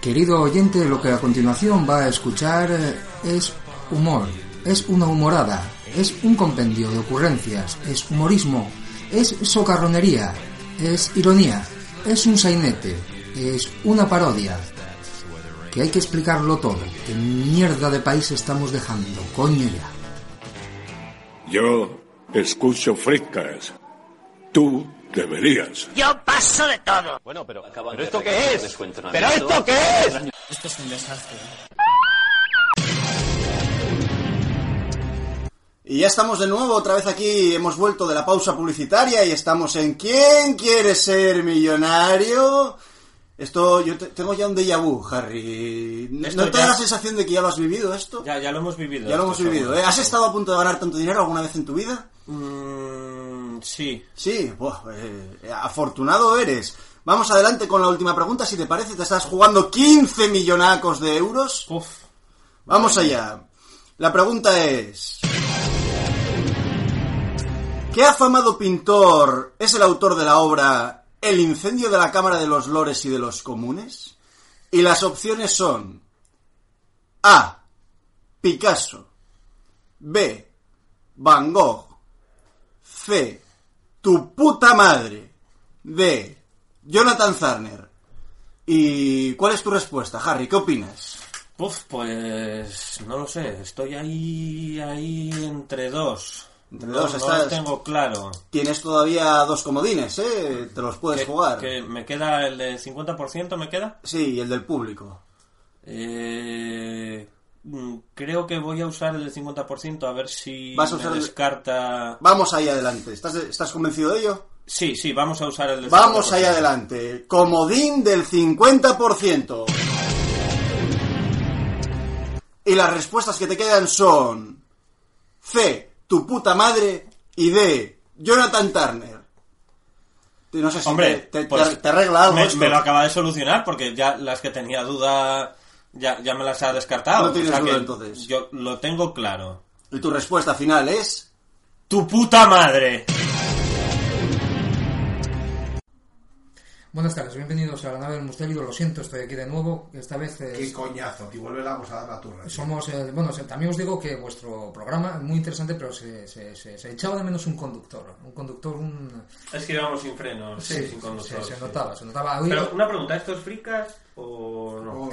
Querido oyente, lo que a continuación va a escuchar eh, es humor, es una humorada, es un compendio de ocurrencias, es humorismo, es socarronería, es ironía, es un sainete, es una parodia. Que hay que explicarlo todo. ¿Qué mierda de país estamos dejando? Coño ya. Yo escucho frescas. Tú deberías. Yo paso de todo. Bueno, pero, Ah, ¿pero esto qué es? ¿Pero esto qué es? Esto es un desastre. Y ya estamos de nuevo, otra vez aquí, hemos vuelto de la pausa publicitaria y estamos en ¿Quién quiere ser millonario? Esto, yo te, tengo ya un déjà vu, Harry. ¿No, ¿no te da la sensación de que ya lo has vivido esto? Ya, ya lo hemos vivido. Ya lo hemos vivido. ¿eh? ¿Has estado a punto de ganar tanto dinero alguna vez en tu vida? Mm, sí. Sí, buah, eh, afortunado eres. Vamos adelante con la última pregunta, si te parece, te estás jugando 15 millonacos de euros. Uf. Vamos allá. La pregunta es... ¿Qué afamado pintor es el autor de la obra El incendio de la Cámara de los Lores y de los Comunes? Y las opciones son A. Picasso B. Van Gogh C. Tu puta madre D. Jonathan Zarner ¿Y cuál es tu respuesta, Harry? ¿Qué opinas? Uf, pues no lo sé, estoy ahí, ahí entre dos. Entre dos no, estás- No lo tengo claro. Tienes todavía dos comodines, ¿eh? Te los puedes Que- jugar. que ¿Me queda el de 50%? ¿Me queda? Sí, y el del público. Eh, mm, creo que voy a usar el de 50% a ver si Vas a me usar el- descarta... Vamos ahí adelante. ¿Estás, estás convencido de ello? Sí, sí, vamos a usar el de Vamos 50%. ahí adelante. Comodín del 50%. Y las respuestas que te quedan son C, tu puta madre, y D, Jonathan Turner. Te- No sé si Hombre, te, te- pues, te- te arregla algo. Me, esto. me lo acaba de solucionar porque ya las que tenía duda ya, ya me las ha descartado. No tienes O sea duda, que entonces. Yo lo tengo claro. Y tu respuesta final es... ¡Tu puta madre! Buenas tardes, bienvenidos a la nave del misterio. Lo siento, estoy aquí de nuevo. Esta vez es- Qué coñazo, tío. Vuelve vamos a dar la turra. tío. somos. eh, bueno, se- también os digo que vuestro programa es muy interesante, pero se, se- se- se echaba de menos un conductor. Un conductor, un. Es que íbamos sin frenos, sin conductor. se, se sí. notaba, se notaba. Oye, eh, Pero una pregunta, ¿esto es fricas o no? Oh,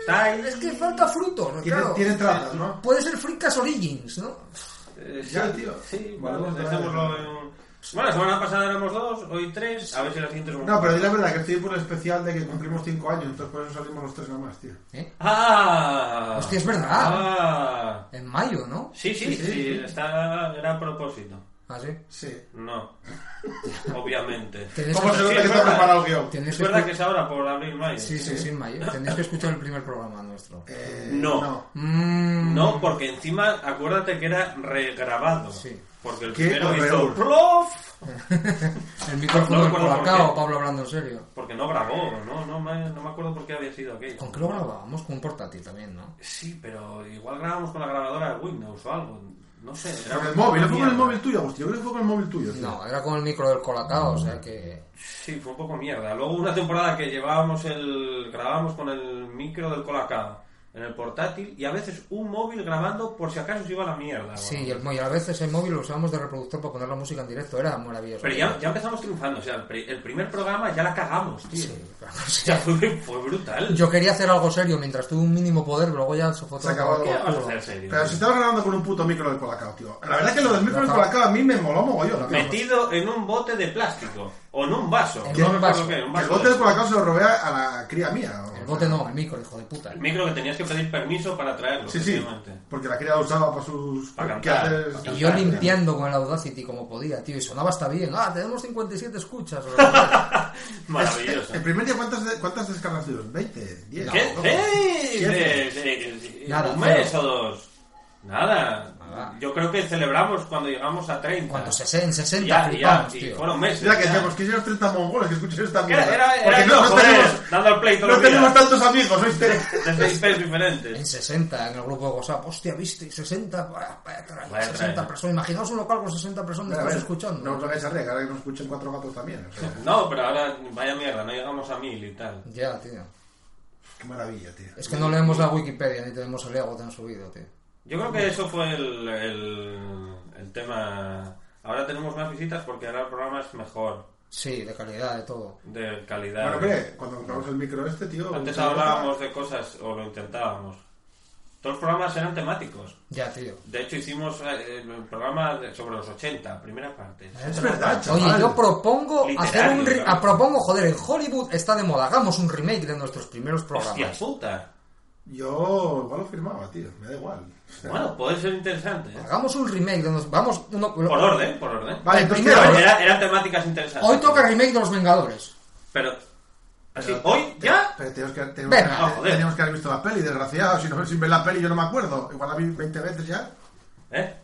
Está ahí. Es que falta fruto, ¿no? Tiene- claro. tiene trazas, ¿no? Puede ser Fricas Origins, ¿no? Eh, Ya, tío. Sí, Vale, bueno, vale, dejémoslo vale. en- Bueno, la semana pasada éramos dos, hoy tres, a ver si la siguiente es un... No, pero di la verdad que estoy por el especial de que cumplimos 5 años, entonces por eso salimos los tres nada más, tío. ¿Eh? ¡Ah! Hostia, es verdad. ¡Ah! En mayo, ¿no? Sí, sí, sí, está... era a propósito. Ah, sí. Sí. No, obviamente. Tenéis ¿Cómo que- se Sí, nota es que está verdad. preparado el guión? tenéis Es que verdad escu- que es ahora por abril mayo. Sí, sí, sí, en mayo. Tenéis que escuchar el primer programa nuestro. Eh, No. Mm, No, porque encima acuérdate que era regrabado. Sí. Porque el Qué primero hizo horror. prof. El No micrófono del recuerdo por colacao, qué. Pablo hablando en serio. Porque no grabó, no, no me, no me acuerdo por qué había sido aquello. ¿Con qué lo grabábamos? Con un portátil también, ¿no? Sí, pero igual grabamos con la grabadora de Windows o algo. No sé. era Con el una móvil, no fue con el mierda. móvil tuyo, Agustín. Yo creo que fue con el móvil tuyo. tío. No, era con el micro del colacao, o sea que. Sí, fue un poco mierda. Luego una temporada que llevábamos el. grabábamos con el micro del Colacao en el portátil y a veces un móvil grabando por si acaso se iba a la mierda. Ah, Sí, bueno. y, el, mo- y a veces el móvil lo usábamos de reproductor para poner la música en directo, era maravilloso. Pero ya, ya empezamos triunfando, o sea, el, pri- el primer programa ya la cagamos, tío. Sí, pero, o O sea, sea, fue, fue brutal. yo quería hacer algo serio mientras tuve un mínimo poder, luego ya se fue todo. Se acabó por ¿Qué vas a culo. hacer serio? Pero si estaba grabando con un puto micro del Colacao, tío. La verdad es que lo del micro del Colacao a mí me moló mogollón. tío. Metido en un bote de plástico o en un vaso. En no un recuerdo vaso. qué, un El vaso bote de- del Colacao se lo robé a la cría mía. o El sea. bote no, el micro, hijo de puta. El micro que tenías que pedir permiso para traerlo. Sí, sí. efectivamente. Porque la cría lo usaba para sus... Para ¿qué cantar, haces? para Y yo Claro. limpiando con el Audacity como podía, tío, y sonaba hasta bien. Ah, tenemos 57 escuchas. o lo que sea. Maravilloso. El primer día, ¿cuántas, de- cuántas descargas tuvimos? ¿20? ¿10? ¿Qué? ¿Cómo? ¿Qué? Siete. Eh, eh, eh, Nada, un mes cero. o dos. Nada. Nada. Yo creo que celebramos cuando llegamos a 30. Cuando se, en 60 ya, ya, flipamos, y tío. fueron meses. Mira que ya. tenemos 530 mongoles que escuchan esta Era, mierda. era, era Porque yo, no, no joder, tenemos, dando al play todos no los días. tenemos tantos amigos, ¿oíste? De seis pesos diferentes. En 60, en el grupo de WhatsApp. Hostia, viste, 60, vaya, vaya traje, Vaya 60 traje. personas. Imaginaos un local con 60 personas, Mira, a estás ver, escuchando. No os lo hagáis a reír, ahora que nos escuchen cuatro gatos también. o sea. No, pero ahora, vaya mierda, no llegamos a mil y tal. Ya, tío. Qué maravilla, tío. Es que no leemos la Wikipedia ni tenemos el ego tan subido, tío. Yo creo que eso fue el, el, el tema. Ahora tenemos más visitas porque ahora el programa es mejor, Sí, de calidad, de todo. de Bueno, calidad. hombre, cuando compramos el micro este, tío. Antes mucha hablábamos de cosas o lo intentábamos. Todos los programas eran temáticos. Ya, tío. De hecho, hicimos eh, el programa de- sobre los 80, primera parte. cosa. Es verdad, chaval. Oye, yo propongo Literario, hacer un re- claro. ah, propongo, joder, en Hollywood está de moda, hagamos un remake de nuestros primeros Hostia programas. puta. Yo igual lo firmaba, tío. Me da igual. O sea, Bueno, puede ser interesante. ¿eh? Hagamos un remake de nos vamos uno, Por orden, por orden. Vale, el entonces, primero, ¿qué? ¿eh? Era- eran temáticas interesantes. Hoy toca remake de los Vengadores. Pero. Así, Pero- hoy te- ya. Pero tenemos que, tenemos, Venga. que- Ah, joder. tenemos que haber visto la peli, desgraciado. Si no, sin ver la peli yo no me acuerdo. Igual la vi 20 veces ya. ¿Eh?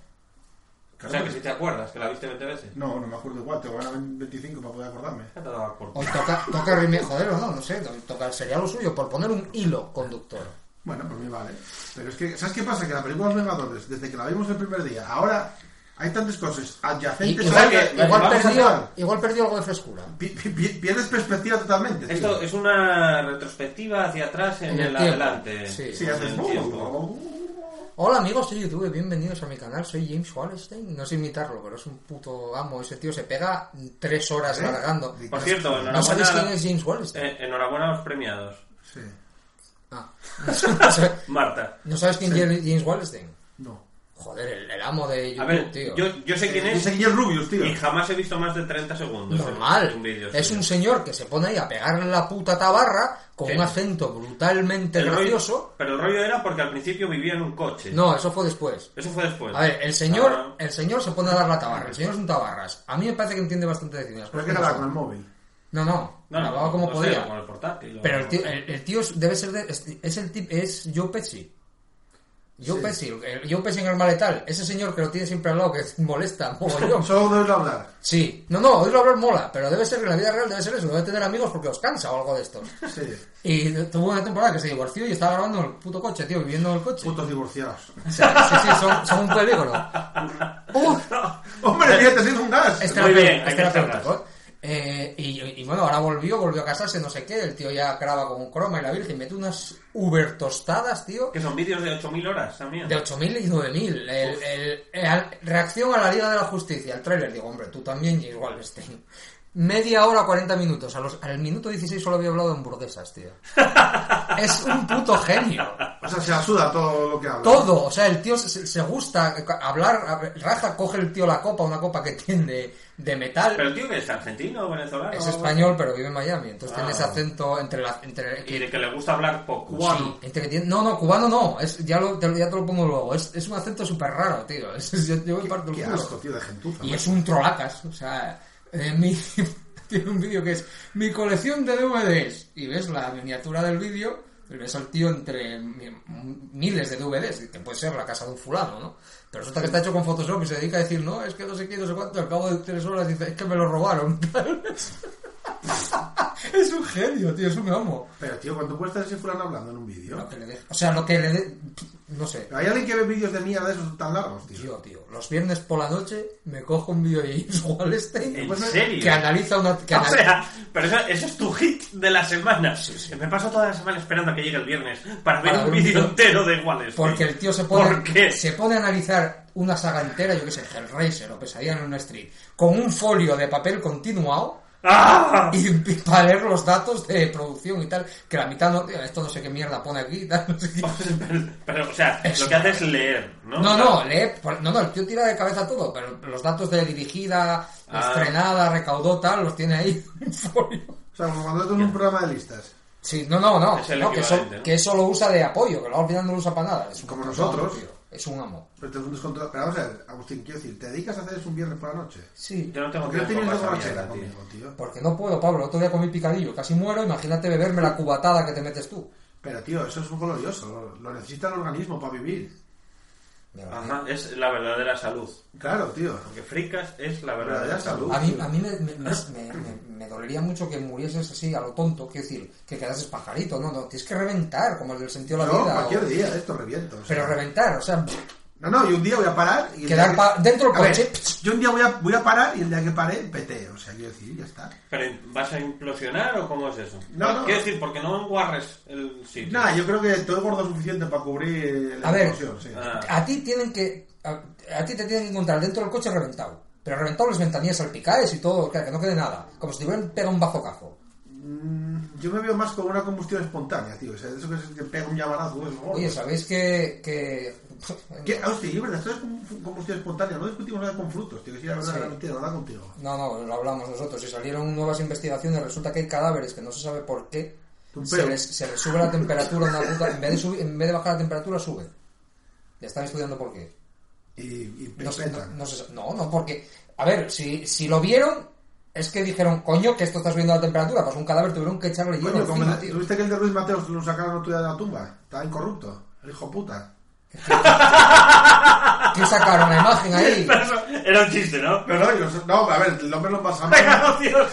O sea, que si te acuerdas, que la viste 20 veces. No, no me acuerdo igual. Tengo que ganar 25 para poder acordarme. Ya te daba por Hoy toca, toca remake, joder, no, no sé, toca, sería lo suyo, por poner un hilo conductor. Bueno, pues me vale. Pero es que, ¿sabes qué pasa? Que la película Los Vengadores, desde que la vimos el primer día, ahora hay tantas cosas Y- adyacentes a igual, la que que- igual vamos a perdió, hablar. igual perdió algo de frescura. Pi- pi- pi- Pierdes perspectiva totalmente. tío. Esto es una retrospectiva hacia atrás en, En el, el tiempo, adelante. sí. Sí, En haces. el tiempo. Hola amigos de YouTube, bienvenidos a mi canal, soy James Wallenstein. No sé imitarlo, pero es un puto amo. Ese tío se pega tres horas ¿Eh? largando. Por cierto, ¿No sabéis quién enhorabuena, es James Wallenstein? eh, enhorabuena a los premiados. Sí. Ah. No sabe- Marta. ¿No sabes quién es James Wallenstein? No. Joder, el, el amo de YouTube, A ver, tío. yo, yo sé quién es Dice Guillermo Rubius, tío. y jamás he visto más de 30 segundos. Normal. de un vídeo es suyo. un señor que se pone ahí a pegarle la puta tabarra con Sí. un acento brutalmente El rollo- gracioso. pero el rollo era porque al principio vivía en un coche. No, eso fue después. Eso fue después. A ver, el señor, Ah, el señor se pone a dar la tabarra. El señor es un tabarras. A mí me parece que entiende bastante de cine. las Pero es cosas que como grababa son. con el móvil. No, no. no, no, grababa como no sé, podía. con el portátil. o- Pero el tío, el, el tío es- debe ser de, es, es el tip, es Joe Pesci. Joe Sí. Pesci, el- Joe Pesci en Arma Letal, ese señor que lo tiene siempre al lado, que molesta, mogollón. Solo debes de hablar. Sí, no, no, oírlo hablar mola, pero debe ser que en la vida real debe ser eso, debe tener amigos porque os cansa o algo de esto. Sí. Y tuvo una temporada que se divorció y estaba grabando en el puto coche, tío, viviendo en el coche. Putos divorciados. O sea, sí, sí, son, son un peligro. Uf, Hombre, tío, te siento un gas. es Muy bien, terapéutico, hay es que terapéutico. Eh, y, y bueno, ahora volvió, volvió a casarse, no sé qué, el tío ya graba con croma y la virgen, mete unas uber tostadas, tío. Que son vídeos de 8.000 horas también. De 8.000 y 9.000. El, el- el- reacción a la Liga de la Justicia. El tráiler, digo, hombre, tú también, James Wallenstein. Media hora, 40 minutos. A los- al minuto 16 solo había hablado de hamburguesas, tío. es un puto genio. O sea, se la suda todo lo que habla. Todo. O sea, el tío se, se gusta eh, hablar, hab- raja, coge el tío la copa, una copa que tiene de, de metal. Pero el tío que es argentino o venezolano. es o algo español, pero vive en Miami. Entonces tiene Ah. ese acento entre la... Entre, así. Y de que le gusta hablar poco. Sí, entre que tiene- no, no, cubano no. Es, ya, lo, te, lo- ya te lo pongo luego. Es, es un acento súper raro, tío. Es, yo, yo me parto el Qué culo. asco, tío, de gentuza. Y es un trolacas, o sea, eh, mi- tiene un vídeo que es mi colección de DVDs. Y ves la miniatura del vídeo, y ves al tío entre mi- miles de DVDs, que puede ser la casa de un fulano, ¿no? Pero resulta que está hecho con Photoshop y se dedica a decir, no, es que no sé qué, no sé cuánto, al cabo de tres horas dice, es que me lo robaron. es un genio, tío, es un amo. Pero, tío, ¿cuánto cuesta ese fulano hablando en un Lo vídeo? que le de- O sea, lo que le... de- No sé. Hay alguien que ve vídeos de mierda de esos tan largos, tío. Yo, tío, los viernes por la noche me cojo un vídeo de James Wallstein ¿En serio? Pues que analiza una... Que O analiza- sea, pero eso, eso es tu hit de la semana. Me paso toda la semana esperando a que llegue el viernes para ver Para un ver un vídeo vídeo. entero de Wallace. Porque el tío se pone, ¿Por qué? se pone a analizar una saga entera, yo que sé, Hellraiser o Pesadilla en una Street, con un folio de papel continuado ¡Ah! y, y para leer los datos de producción y tal, que la mitad no... Esto no sé qué mierda pone aquí y tal, no sé qué. Pero, o sea, lo que hace es leer, ¿no? No, no, lee, por- no, no, el tío tira de cabeza todo, pero los datos de dirigida, Ah. estrenada, recaudó, tal, los tiene ahí en un folio. O sea, como cuando tú en un programa de listas. Sí, no, no, no. Es el no, que, eso, equivalente, ¿no? que eso lo usa de apoyo, que luego al final no lo usa para nada. Es un Como puto nosotros. amo, tío. Es un amo. Pero te juntas con todo- Pero vamos a ver, Agustín, quiero decir, ¿te dedicas a hacer eso un viernes por la noche? Sí. Yo no tengo ¿Por qué no tiempo tienes la para esa borrachera mierda, tío. conmigo, tío? Porque no puedo, Pablo. El otro día comí picadillo, casi muero. Imagínate beberme la cubatada que te metes tú. Pero, tío, eso es un glorioso. Lo, lo necesita el organismo para vivir. Ajá, es la verdadera salud. Claro, tío. Porque fricas es la Pero verdadera ya salud. salud. Ah, A tío. mí, a mí me, me, me- me- me dolería mucho que murieses así a lo tonto. Quiero decir, que quedases pajarito. No, no, tienes que reventar, como el del sentido de la Yo, vida. cualquier o- día, esto reviento. o sea. Pero reventar, o sea, No, no, yo un día voy a parar. Y el Quedar día pa- dentro del A ver, coche, pss. yo un día voy a, voy a parar y el día que pare, pete. O sea, quiero decir, ya está. ¿Pero vas a implosionar o cómo es eso? No, no. Quiero decir, porque no enguarres el sitio. Nada, yo creo que todo es gordo suficiente para cubrir la A ver. explosión. sí. Ah. A ti tienen que. A, a ti te tienen que encontrar dentro del coche reventado. Pero reventado las ventanillas salpicadas y todo, claro, que no quede nada. Como si te hubieran pegado un bazocazo. Yo me veo más con una combustión espontánea, tío. O sea, eso que se te pega un llamarazo, eso, gordo. Oye, ¿sabéis que. que... ¿Qué? Ah, Hostia, yo, verdad, esto es con- combustión espontánea. No discutimos nada con frutos, tío. Que si la verdad, Sí. la mentira, la verdad contigo. No, no, lo hablamos nosotros. Y salieron nuevas investigaciones. Resulta que hay cadáveres que no se sabe por qué. Un Se peo. les, se les sube la temperatura una puta. En vez, de subi- en vez de bajar la temperatura, sube. Ya están estudiando por qué. Y, y No, sé- no, petan. no, sé- no, no, porque. A ver, si, si lo vieron, es que dijeron, coño, que esto está subiendo la temperatura. Pasó un cadáver, tuvieron que echarle hielo. Coño, como encima, el- tío. ¿tuviste que el de Luis Mateos lo sacaron otro día de la tumba? Estaba incorrupto. El hijo puta. Que sacaron la imagen ahí. Era un chiste, ¿no? No, no, yo, no, a ver, el hombre Venga, lo embalsamaron. no, tíos.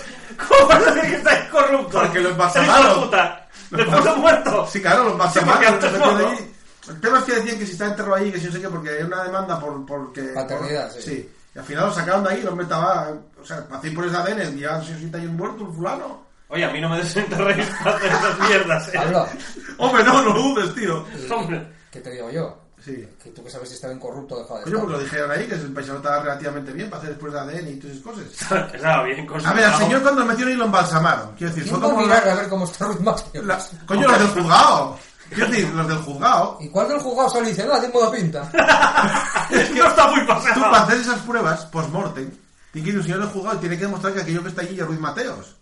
¿Cómo vas a decir que estáis corruptos? Porque lo ¡Hijo de embalsamaron. puta! Lo ¡Le puso embals- muerto! Sí, claro, lo embalsamaron. Sí, porque lo antes metieron no, ahí. El tema es que decían que si está enterrado ahí, que si no sé qué, porque hay una demanda por... Porque, Paternidad, por- sí. Y al final lo sacaron de ahí, lo metaba... O sea, pasé por ese ADN, llevaban 60 años muerto el fulano. Oye, a mí no me desenterréis para hacer esas mierdas, ¿eh? Pablo, Hombre, no, no dudes, tío. Hombre. ¿qué te digo yo? Sí. Que tú que sabes si está bien corrupto o dejado de Coño, porque estar. lo dijeron ahí, que el paisano estaba relativamente bien para hacer después de ADN y todas esas cosas. Estaba bien con su A ver, al trabajo. señor cuando lo metieron y lo embalsamaron. Quiero decir, ¿Quién fue va a como... mirar la- a ver cómo está Ruth Matthews? la- Coño, los del juzgado. Quiero decir, los del juzgado. ¿Y cuál del juzgado sale y dice, nada, tengo buena pinta? No está muy Tú para pasado. hacer esas pruebas post-mortem, tiene que ir un señor del juzgado y tiene que demostrar que aquello que está allí es Ruiz Mateos.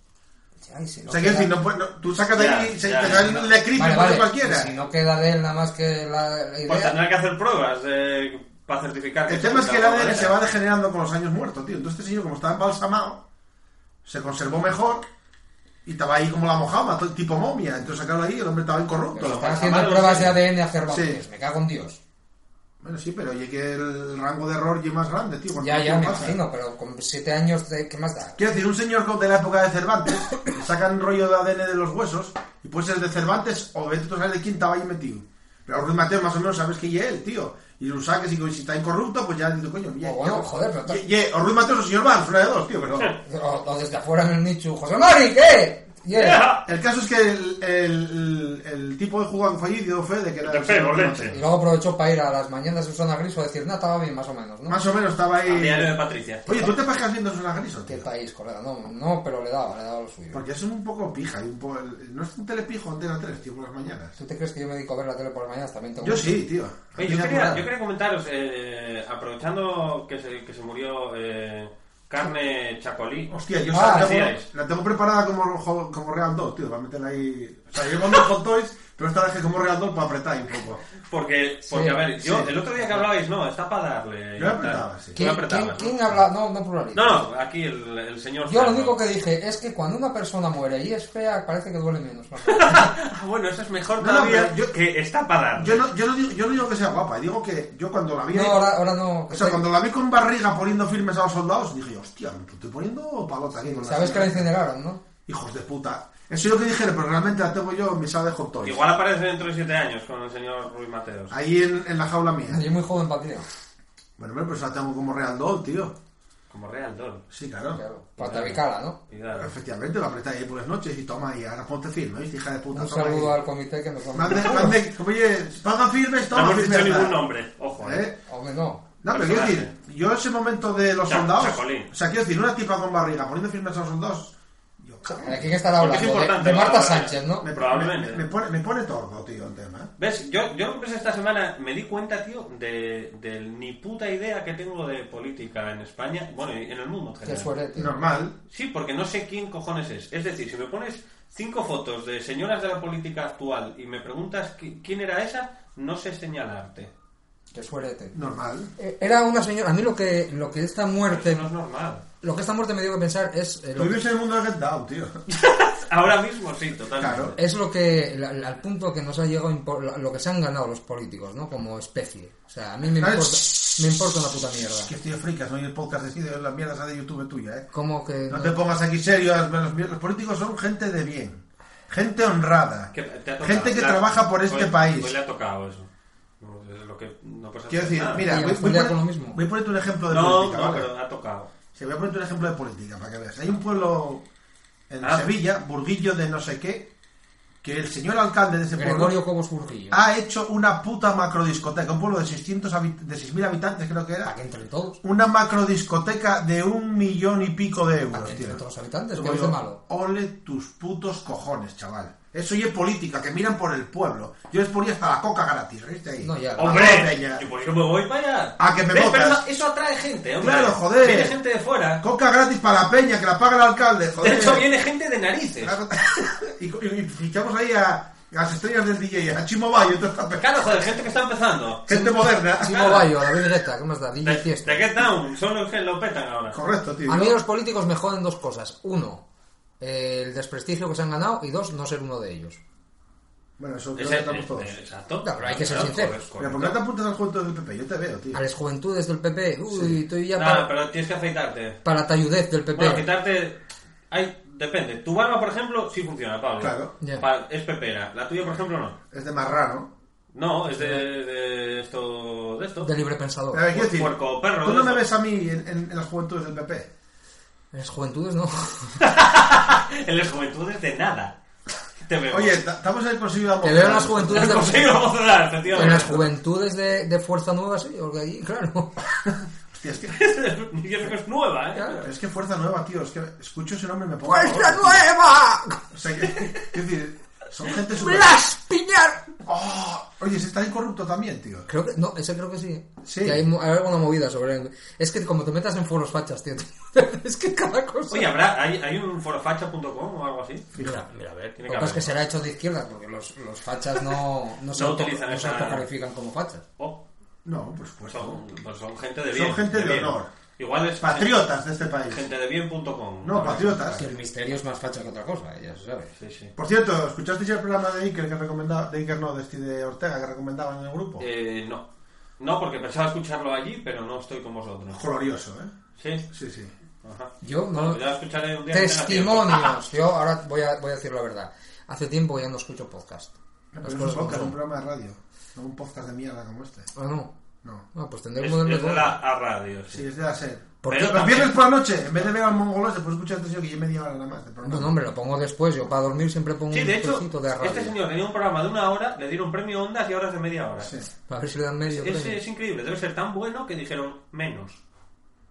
Ay, si no o sea, que queda- decir, no, puede- no- tú sacas de Ya, ahí, se, ya, te ya, sale no. el lecrim Vale, y pones vale, cualquiera. Si no queda de él nada más que la, la Pues idea. tendrá que hacer pruebas de- para certificar. El que tema es se que el porta ADN mal. se va degenerando con los años muertos, tío. Entonces este señor, como estaba embalsamado, se conservó mejor y estaba ahí como la mojama, todo tipo momia. Entonces sacaron ahí y el hombre estaba Pero incorrupto. están Jamás haciendo lo pruebas de sé. ADN a Cervantes. Sí. Me cago en Dios. Bueno, sí, pero oye, que el rango de error ya es más grande, tío. porque Ya, no ya, me pasa. ¿eh? imagino, pero con siete años, de, ¿qué más da? Quiero decir, un señor de la época de Cervantes, le sacan rollo de ADN de los huesos, y pues es de Cervantes, o vete tú a saber de quién estaba ahí metido. Pero Ruiz Mateo más o menos sabes que es él, tío. Y lo saques y si está incorrupto, pues ya dices, coño, ya, O Oh, bueno, ya- joder, pero tal- Ye- ye, o Ruiz Mateo o señor Valls, una de dos, tío, pero... O, o desde afuera en el nicho, José Mari, ¿qué? Yeah. Ya. El caso es que el, el- el tipo de jugador que fue allí dio fe de que era... De el señor pelo, Ruiz leche. Y Mateo. luego aprovechó para ir a las mañanas de Susana Griso a decir, nada, estaba bien, más o menos, ¿no? Más o menos estaba Al diario de ahí... Patricia. Oye, ¿tú te pagas viendo Susana Griso, ¿Qué tío? país, colega? No, no, pero le daba, le daba lo suyo. Porque es un poco pija, y un poco... No es un telepijo Antena 3, tío, por las mañanas. ¿Tú te crees que yo me dedico a ver la tele por las mañanas? También tengo Yo un- sí, tío. Oye, yo, Antena quería, Plural. yo quería comentaros, eh, aprovechando que se, que se murió eh, Carne Chacolí. Hostia, yo Ah, la, sí tengo, es. la tengo preparada como, jo- como Real 2, tío, para meterla ahí. O sea, yo mando Hot Toys, pero esta la dejé como Real 2 para apretar ahí un poco. Porque, porque a ver, yo sí. el otro día que hablabais, no, está para darle. Yo la apretaba, sí. Tú ¿Quién, la apretabas, quién- ¿no? quién habla? No, no pluralizo. No, no, aquí el, el señor. Yo lo Cerro. único que dije es que cuando una persona muere y es fea, parece que duele menos. Ah, bueno, eso es mejor No, todavía no, pero yo- que está para darle. Yo no, yo, no digo, yo no digo que sea guapa, digo que yo cuando la vi. No, ahora, ahora no. O sea, cuando la vi con barriga poniendo firmes a los soldados, dije, hostia, me estoy poniendo palota aquí. con la Sabes que la señora. incineraron, ¿no? Hijos de puta. Eso yo que dije, pero realmente la tengo yo en mi sala de Hot Toys. Igual aparece dentro de siete años con el señor Ruiz Mateos. Ahí en, en la jaula mía. Yo muy joven patria. Bueno, hombre, pues la tengo como Real 2, tío. Como Real Doll. Sí, claro. Claro. Patabicala, ¿no? Cuidado. Efectivamente, lo apretáis ahí por las noches y toma y ahora ponte firme, ¿viste, hija de puta? Un toma ahí. saludo al comité que nos vamos. Mande, mande, oye, pagan firmes, No toma hemos dicho firmeza. ningún nombre, ojo. ¿Eh? Hombre, no. No, pero quiero Personaje. decir, yo ese momento de los Cha- soldados. Chacolín. O sea, quiero decir, una tipa con barriga poniendo firmes a los soldados. Yo, ¿De quién estará Porque es hablando? importante, De, de Marta ¿verdad? Sánchez, ¿no? me, Probablemente. me- me pone, me pone tordo, tío, el tema. ¿Ves? Yo, yo lo que pensé esta semana me di cuenta, tío, de, del ni puta idea que tengo de política en España, bueno, y en el mundo en Qué general. suerte. tío. Normal. Sí, porque no sé quién cojones es. Es decir, si me pones cinco fotos de señoras de la política actual y me preguntas qui- quién era esa, no sé señalarte. Qué suerte. Normal. Eh, Era una señora. A mí lo que, lo que esta muerte. Eso no es normal. Lo que esta muerte me dio que pensar es. eh, Tú lo, vives en el mundo de Get Down, tío. Ahora mismo sí, totalmente. Claro. es lo que. la- la- al punto que nos ha llegado. impo- la- Lo que se han ganado los políticos, ¿no? Como especie. O sea, a mí me Ah, importa. Me importa una puta mierda. que estoy de fricas, no hay el podcast de sí, de la mierda esa de YouTube tuya, ¿eh? Como que. No te pongas aquí serio. Los, los políticos son gente de bien. Gente honrada. ¿Qué- te ha tocado? Gente que La- trabaja por este hoy- país. Hoy le ha tocado eso. No, Es lo que no pasa Quiero decir, nada. mira, Oye, voy, voy respondía a poner- con lo mismo. voy a ponerte un ejemplo de Ah, No, política. no, ¿vale? pero ha tocado. Se voy a poner un ejemplo de política para que veas. Hay un pueblo en Ah. Sevilla, Burguillo de no sé qué, que el señor alcalde de ese Ah, pueblo Gregorio Cobos Burguillo. ha hecho una puta macrodiscoteca. Un pueblo de 600 habit- de 6.000 habitantes, creo que Para era. que entre todos. Una macrodiscoteca de un millón y pico de euros. Para que entre tío. todos los habitantes. Yo ¿Qué es digo, de malo? Ole tus putos cojones, chaval. Eso y es política, que miran por el pueblo. Yo les ponía hasta la coca gratis, ¿viste ahí? No, ya. Vamos, ¡Hombre! Peña. ¿Y por qué me voy para allá? Ah, que me ¿Ves? Pero votas. eso, eso atrae gente, hombre. Claro, joder. Viene gente de fuera. Coca gratis para la peña, que la paga el alcalde, joder. De hecho, viene gente de narices. Claro. y, y- y fichamos ahí a, a las estrellas del DJ, a Chimo Bayo, toda esta pe- Claro, joder, gente que está empezando. gente moderna. Chimo Bayo, David Guetta, ¿qué más da? DJ De, Tiesto. de Get Down, son los que lo petan ahora. Correcto, tío. A mí los políticos me joden dos cosas. Uno, eh, el desprestigio que se han ganado y dos, no ser uno de ellos. Bueno, eso creo Es que el- estamos todos. es- exacto. No, pero hay que ser Claro, sincero. correcto, Mira, correcto. pues ¿por qué te apuntas al junto del PP? Yo te veo, tío. A las juventudes del PP, uy, estoy ya Nada, para, pero tienes que afeitarte. para talludez del PP. Bueno, quitarte. Hay, depende. Tu barba, por ejemplo, sí funciona, Pablo. Claro. Ya. Pa- es pepera. La tuya, por ejemplo, no. Es de marrano. No, es de, de esto. De esto. de libre A pensador. ver, quiero decir, Puerco, perro, tú no eso. me ves a mí en, en- en las juventudes del PP. En las juventudes no. En las juventudes de nada. Te veo. Oye, ta- estamos en el Consejo de la Te veo en Mujer. las juventudes Has de, conseguido mostrar, efectivamente. en las juventudes de, de Fuerza Nueva, sí, porque allí, claro. Hostia, es que, Y eso que es nueva, ¿eh? Claro. es que fuerza nueva, tío. Es que escucho ese nombre y me pongo. ¡Fuerza loco. Nueva! O sea, que- quiero decir, son gente super. ¡Blas Piñar! Oh, oye, se está incorrupto también, tío. Creo que, no, ese creo que sí. Sí. Que hay, mu- hay alguna movida sobre él. Es que como te metas en foros fachas, tío. es que cada cosa. Oye, ¿habrá, hay, hay un forofacha.com o algo así? Mira, mira, a ver. tiene Lo que que pasa es haber. que será hecho de izquierda, porque los, los fachas no, no se, No auto- utilizan no se esa- autocalifican como fachas. Oh, No, por supuesto. son, pues son gente de Son bien. gente de bien. honor. Igual es Patriotas de este país. gente de bien.com. No, patriotas. Que el misterio es más facha que otra cosa, ya se sabe. Sí, sí. Por cierto, ¿escuchasteis el programa de Iker que recomendaba, de Iker no, de este de Ortega que recomendaban en el grupo? Eh, no. No, porque pensaba escucharlo allí, pero no estoy con vosotros. Glorioso, ¿eh? ¿Sí? Sí, sí. Ajá. Yo no. Bueno, ya lo escucharé un día. que tenga tiempo. Testimonios. Yo ahora voy a, voy a decir la verdad. Hace tiempo ya no escucho podcast. Pero Las es un cosas como podcast, un son. programa de radio. No un podcast de mierda como este. Ah, no. No. No, pues tendré que Es, ponerme es de con- la a radio, sí. Sí, es de la SER. ¿Por Pero qué? Los también- viernes por la noche, en vez de ver al mongolo, se puede escuchar antes yo que ya media hora nada más de programa. No, no, hombre, lo pongo después. Yo para dormir siempre pongo Sí, un de hecho, trocito de radio. este señor tenía un programa de una hora, le dieron premio Ondas y ahora es de media hora. Sí. A ver si le dan medio. Es, premio. es increíble, debe ser tan bueno que dijeron menos.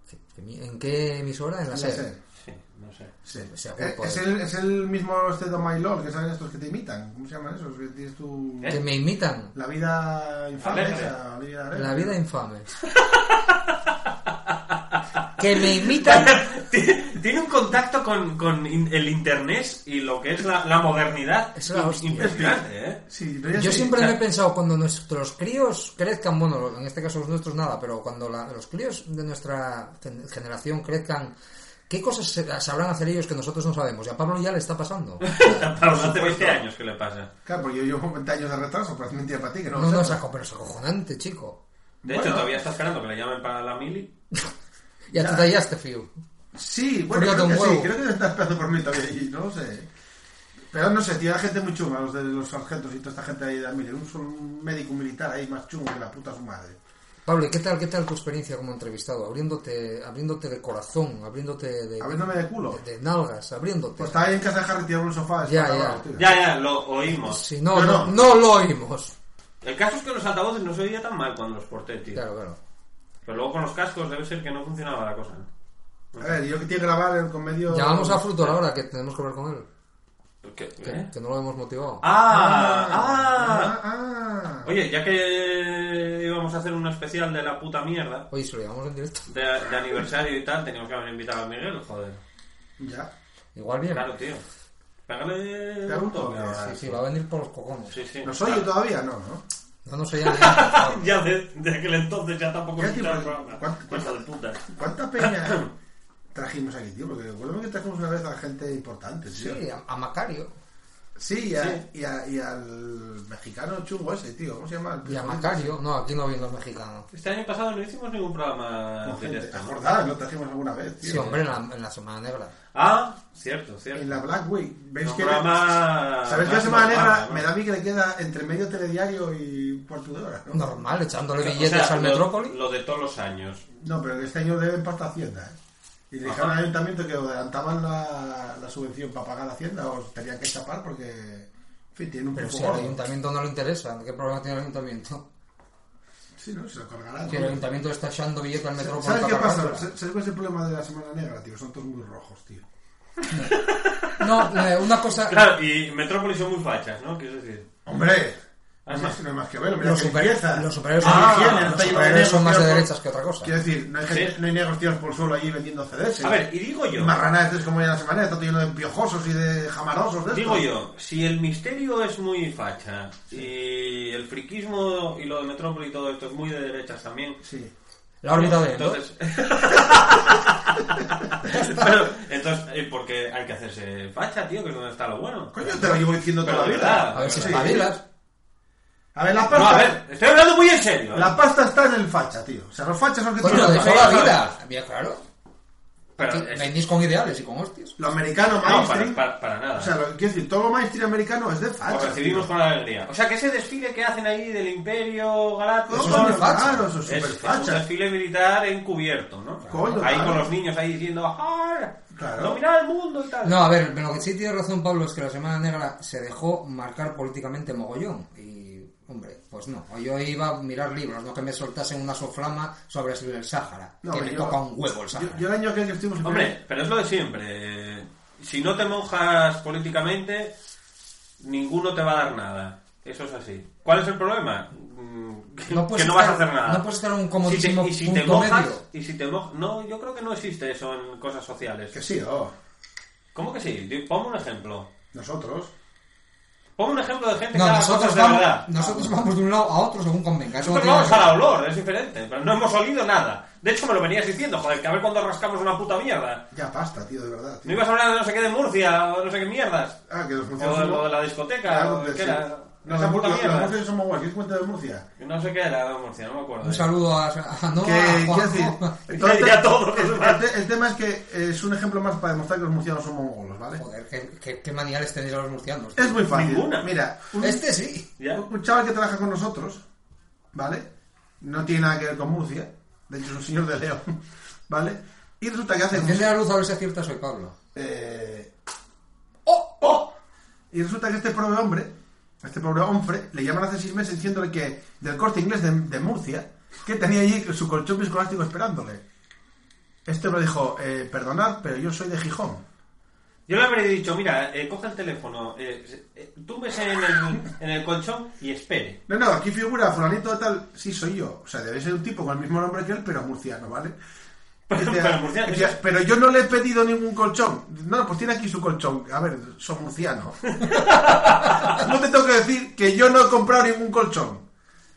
Sí, que mi- ¿En qué emisora? En la Pues, La SER. SER, Sí, no sé. Sí. O sea, Eh, grupo es, de- el, es el mismo este Don My Lord, que saben estos que te imitan. ¿Cómo se llaman esos? Que tienes tu... ¿Eh? Que me imitan. La vida infame Alegre. esa. La vida, alegre. La vida infame. que me imitan. Tiene- Tiene un contacto con, con in- el internet y lo que es la, la modernidad Es la hostia. impresionante, ¿eh? Sí, pero ya Yo sí. siempre o sea- me he pensado, cuando nuestros críos crezcan, bueno, en este caso los nuestros nada, pero cuando la- los críos de nuestra gen- generación crezcan, ¿qué cosas se- sabrán hacer ellos que nosotros no sabemos? Y a Pablo ya le está pasando. Para hace 20 años que le pasa. Claro, porque yo llevo 20 años de retraso, pero es mentira para ti, que no, No, lo no, sepas. saco, pero es acojonante, chico. De Bueno. hecho, todavía está esperando que le llamen para la mili. Ya te este tallaste, Fiu. Sí, bueno, Fríate creo que un sí, huevo. creo que está esperando por mí todavía y no lo sé. Pero no sé, tío, hay gente muy chunga, los de los sargentos y toda esta gente ahí de mire, un, solo- un médico militar ahí más chungo que la puta su madre. Pablo, ¿y qué tal, qué tal tu experiencia como entrevistado? Abriéndote, abriéndote de corazón, abriéndote de, Abriéndome de culo. de nalgas, abriéndote. Pues estaba ahí en casa de Harry tirado en un sofá, Ya, espalda ya. abajo, tío. Ya, ya, lo oímos. Si no, Yo no, no. no lo oímos. El caso es que los altavoces no se oía tan mal cuando los porté, tío. Claro, claro. Pero luego con los cascos debe ser que no funcionaba la cosa. A ver, yo que tiene que grabar el conmedio. Llamamos a Frutor ahora, que tenemos que hablar con él. ¿Por qué? Que, ¿Eh? que no lo hemos motivado. ¡Ah! Ah, ¡Ah! ah. Oye, ya que íbamos a hacer un especial de la puta mierda, Oye, si lo llevamos en directo. de, de aniversario y tal, teníamos que haber invitado a Miguel, joder. Ya. Igual bien. Claro, tío. Pégale Pégale un un toque toque, ahora. Sí, sí, va a venir por los cojones. Sí, sí. ¿Nos oye todavía? No, ¿no? No, no sé ya. ya. Ya desde, aquel entonces ya tampoco Ya, se tío, escuchaba el pero- programa. ¿cuánto- Cosa de puta. ¿Cuánta peña trajimos aquí, tío? Porque recuerdo que trajimos una vez a gente importante, tío. Sí, a, a Macario. Sí, Sí, y, a- y a- y al mexicano chungo ese, tío. ¿Cómo se llama? Y a Macario. No, aquí no vienen los mexicanos. Este año pasado no hicimos ningún programa Con de este. gente. esto. A Jordán lo trajimos alguna vez, tío. Sí, hombre, en la, en la Semana Negra. Ah, cierto, cierto. En la Black Week. ¿Veis Un que programa ¿Sabéis que la más semana normal, negra ¿no? me da a mí que le queda entre medio telediario y un cuarto de hora? ¿no? Normal, echándole O sea, billetes al lo- Metrópoli. Lo de todos los años. No, pero este año deben pasta a Hacienda. ¿eh? Y le dijeron Ajá. al ayuntamiento que o adelantaban la, la subvención para pagar la Hacienda o tenían que chapar porque. En fin, tiene un Pero poco si al gordo. ayuntamiento no le interesa, ¿qué problema tiene el ayuntamiento? Sí, ¿no? Se lo colgarán. Si el ayuntamiento está echando billetes al Metrópoli. ¿Sabes qué para pasa? cargársela. ¿Sabes cuál es el problema de la Semana Negra, tío? Son todos muy rojos, tío. No, eh, una cosa. Claro, y Metrópolis son muy fachas, ¿no? Quiero decir. ¡Hombre! Ah, No, sí. más, no hay más que verlo. Mira Los, que super- empieza. los superhéroes son, Ah, los higiene, está lleno de superhéroes negros, son más de tío, por- derechas que otra cosa. Quiero decir, no hay, gente- Sí. no hay negros tirados por el suelo allí vendiendo CDs. A ver, y digo yo. Marranadas es como ya la semana, está todo lleno de piojosos y de jamarosos. De Digo estos. yo, si el misterio es muy facha y el friquismo y lo de Metrópolis y todo esto es muy de derechas también. Sí. La órbita de Endor. Entonces. Pero, entonces, eh, porque hay que hacerse facha, tío, que es donde está lo bueno. Coño, te lo llevo diciendo toda Pero la de vida. verdad. A ver si Sí. espabilas. A ver, la No, pasta. a ver, estoy hablando muy en serio. ¿eh? La pasta está en el facha, tío. O sea, los fachas son que Coño, tienen- de- dejó sí, la claro. vida. Bien, claro. Pero, Aquí es- Vendís con ideales y con hostias. Lo americano no, mainstream. para, para- para nada. O sea, lo, quiero decir, todo lo mainstream americano es de facha. Lo recibimos tío. con alegría. O sea, que ese desfile que hacen ahí del Imperio Galáctico Eso Eso es es muy facha. claro, eso es, es súper es un facha. desfile militar encubierto, ¿no? Coño, ahí claro. con los niños ahí diciendo, ¡ah! Claro. ¡Dominar el mundo y tal! No, a ver, pero lo que sí tiene razón Pablo es que la Semana Negra se dejó marcar políticamente mogollón. Y, hombre, pues no. O yo iba a mirar libros, no que me soltasen una soflama sobre el Sáhara. No, que pero me yo- toca un huevo Yo, el Sáhara. yo el año que estuvimos en Hombre, pero es lo de siempre. Eh, Si no te mojas políticamente, ninguno te va a dar nada. Eso es así. ¿Cuál es el problema? Mm, Que No no, puedes que no vas a estar- hacer nada. no puedes estar en un Si te- comodísimo y si te punto mojas, medio. y si te mojas, no, yo creo que no existe eso en cosas sociales. Que sí, oh. ¿Cómo que sí? Di- Ponme un ejemplo. Nosotros. Ponme un ejemplo de gente No, que haga nosotros cosas de vamos, verdad. nosotros vamos de un lado a otro según convenga. Eso no Nosotros tiene vamos nada a que la olor, es diferente, pero no hemos olido nada. De hecho, me lo venías diciendo, joder, que a ver cuando rascamos una puta mierda. Ya basta, tío, de verdad. tío. No ibas a hablar de no sé qué de Murcia o de no sé qué mierdas. Ah, que los O murcianos. de somos- lo de la discoteca, Claro, o que de qué sí. era. No, esa los puta mur- los- los mierda. murcianos somos guay. ¿Quieres cuenta de Murcia? No sé qué era de Murcia, no me acuerdo. eh. Un saludo a, a Noa, que a quiero Juanjo. decir, Y a todos los el, demás. el te- el tema es que es un ejemplo más para demostrar que los murcianos son mongolos, ¿vale? Joder, qué, qué, qué maniales tenéis a los murcianos. tío. Es muy fácil. Ninguna. Mira, un, Este sí. ¿Ya? un- un chaval que trabaja con nosotros, ¿vale? No tiene nada que ver con Murcia, de hecho es un señor de León, ¿vale? Y resulta que hace... Enciende la luz a ver si acierta soy Pablo. eh, ¡Oh! ¡Oh! y resulta que este pobre hombre, este pobre hombre, le llaman hace seis meses diciéndole que del corte inglés de, de Murcia, que tenía allí su colchón escolástico esperándole. Este me dijo, eh, perdonad, pero yo soy de Gijón. Yo le habría dicho, mira, eh, coge el teléfono, eh, se- eh, túmbese en el, en el colchón y espere. No, no, aquí figura fulanito de tal, sí soy yo. O sea, debe ser un tipo con el mismo nombre que él, pero murciano, ¿vale? Pero- Decía- pero murciano, decía, eso es- "Pero yo no le he pedido ningún colchón. No, pues tiene aquí su colchón. A ver, soy murciano. no te tengo que decir que yo no he comprado ningún colchón.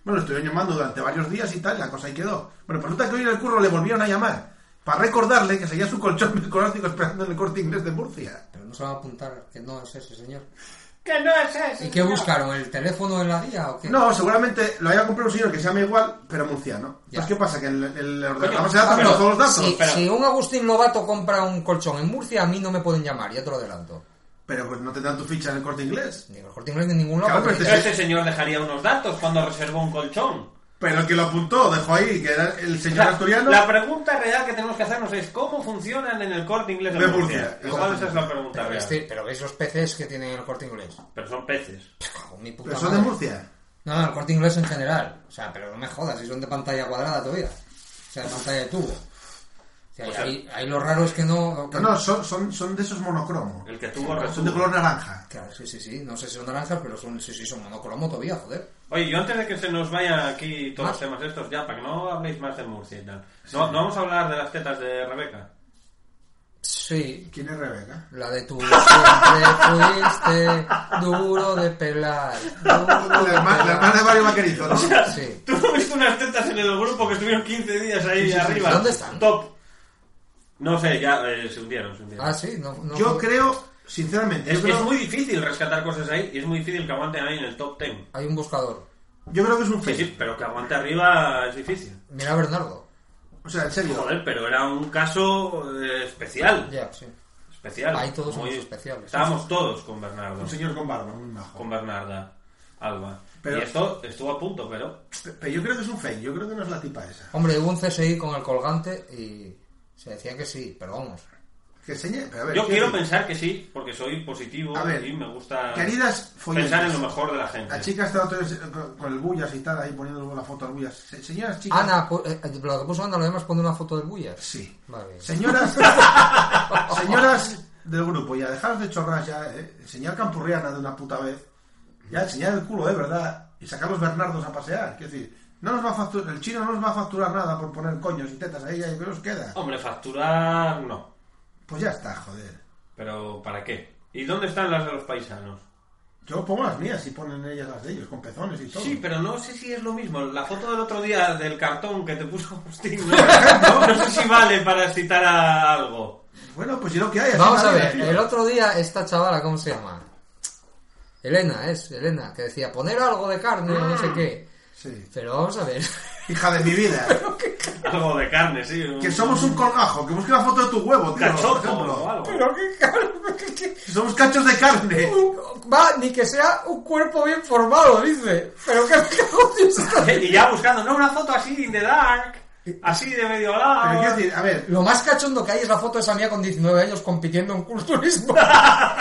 Bueno, estuve llamando durante varios días y tal, la cosa ahí quedó. Bueno, pues resulta que hoy en el curro le volvieron a llamar para recordarle que seguía su colchón escolástico esperando en el corte inglés de Murcia. Pero no se va a apuntar que no es ese señor. Que no es eso. ¿Y qué buscaron? ¿El teléfono de la guía o qué? No, seguramente lo haya comprado un señor que se llama igual, pero murciano. Ya. Pues, ¿Qué pasa? Que el, el ordenador Coño, se da Pablo, todos los datos. si, Ah, pero- si un Agustín Lobato compra un colchón en Murcia, a mí no me pueden llamar, ya te lo adelanto. Pero pues no te dan tu ficha en el corte inglés. Ni en el corte inglés ni en ningún lado. Claro, porque- Pero este señor dejaría unos datos cuando reservó un colchón. Pero el que lo apuntó, dejó ahí, que era el señor La- asturiano. La pregunta real que tenemos que hacernos es cómo funcionan en el corte inglés De de Murcia, Murcia. Igual exactamente. esa es la pregunta pero, real. este- pero veis los PCs que tiene el corte inglés. Pero son peces. Cago en mi puta Pero son de madre. Murcia. No, no, el corte inglés en general. O sea, pero no me jodas, si son de pantalla cuadrada todavía. O sea, de pantalla de tubo. O sea, ahí, ahí lo raro es que no. que- No, no, son, son, son de esos monocromos. El que tuvo Son de retuvo. color naranja. Claro, sí, sí, sí. No sé si son naranjas, pero son, sí, sí, son monocromo todavía, joder. Oye, yo antes de que se nos vaya aquí todos Ah. los temas estos, ya, para que no habléis más de Murcia y tal. No, no vamos a hablar de las tetas de Rebeca. Sí. ¿Quién es Rebeca? La de tu siempre fuiste duro de pelar. La Duro de herma- la hermana de pelar. Mario Vaquerizo, ¿no? Sí. ¿Tú no viste unas tetas en el grupo que estuvieron 15 días ahí arriba? ¿Dónde están? Top. No sé, ya eh, se hundieron, se hundieron. Ah, sí, no, no Yo creo Sinceramente, Es yo, que creo, es muy difícil rescatar cosas ahí y es muy difícil que aguanten ahí en el top 10. Hay un buscador. yo creo que es un Sí, fake. sí, pero que aguante arriba es difícil. Mira a Bernardo. O sea, en serio. Joder, pero era un caso eh, Ya, especial. sí. Especial. Ahí todos Muy- somos especiales. Estábamos todos con Bernardo. Un señor con barba, muy majo. Con Bernarda Alba. Pero- y esto estuvo a punto, pero Pe- Pero yo creo que es un fake, yo creo que no es la tipa esa. Hombre, hubo un CSI con el colgante y se decía que sí, pero vamos. Que enseñe, pero a ver, yo ¿qué- quiero pensar que sí, porque soy positivo A ver, y me gusta queridas follantes. pensar en lo mejor de la gente. La chica está otra vez eh, con- con el Bullas y tal, ahí poniendo la foto al Bullas. Se- Señoras, chicas. Ana, pu- eh, eh, lo que puso Ana, lo demás pone una foto del Bullas. Sí. Vale. Señoras, señoras del grupo, ya dejaros de chorras ya, eh, enseñar campurriana de una puta vez, ya enseñar el culo, de verdad, y sacar los bernardos a pasear, quiero decir, no nos va a facturar, el chino no nos va a facturar nada por poner coños y tetas a ella, y que nos queda. Hombre, facturar no. Pues ya está, joder. Pero ¿para qué? ¿Y dónde están las de los paisanos? Yo pongo las mías y ponen ellas las de ellos, con pezones y todo. Sí, pero no sé si es lo mismo. La foto del otro día del cartón que te puso Agustín, no, no sé si vale para citar a algo. Bueno, pues si lo que hay, así Vamos la a vida, ver, tío. el otro día esta chavala, ¿cómo se llama? Elena, es Elena, que decía poner algo de carne o no sé qué. Sí. Pero vamos a ver. Hija de mi vida. Algo de carne, sí. un- Que somos un colgajo, que busque la foto de tu huevo, un tío. por cachopo o ejemplo. algo. qué carne. Que Somos cachos de carne. Va, ni que sea un cuerpo bien formado, dice. Pero qué cojones está- Y ya buscando, no, una foto así in the dark, así de medio Pero quiero lado. decir, a ver, Lo más cachondo que hay es la foto de esa mía con 19 años compitiendo en culturismo.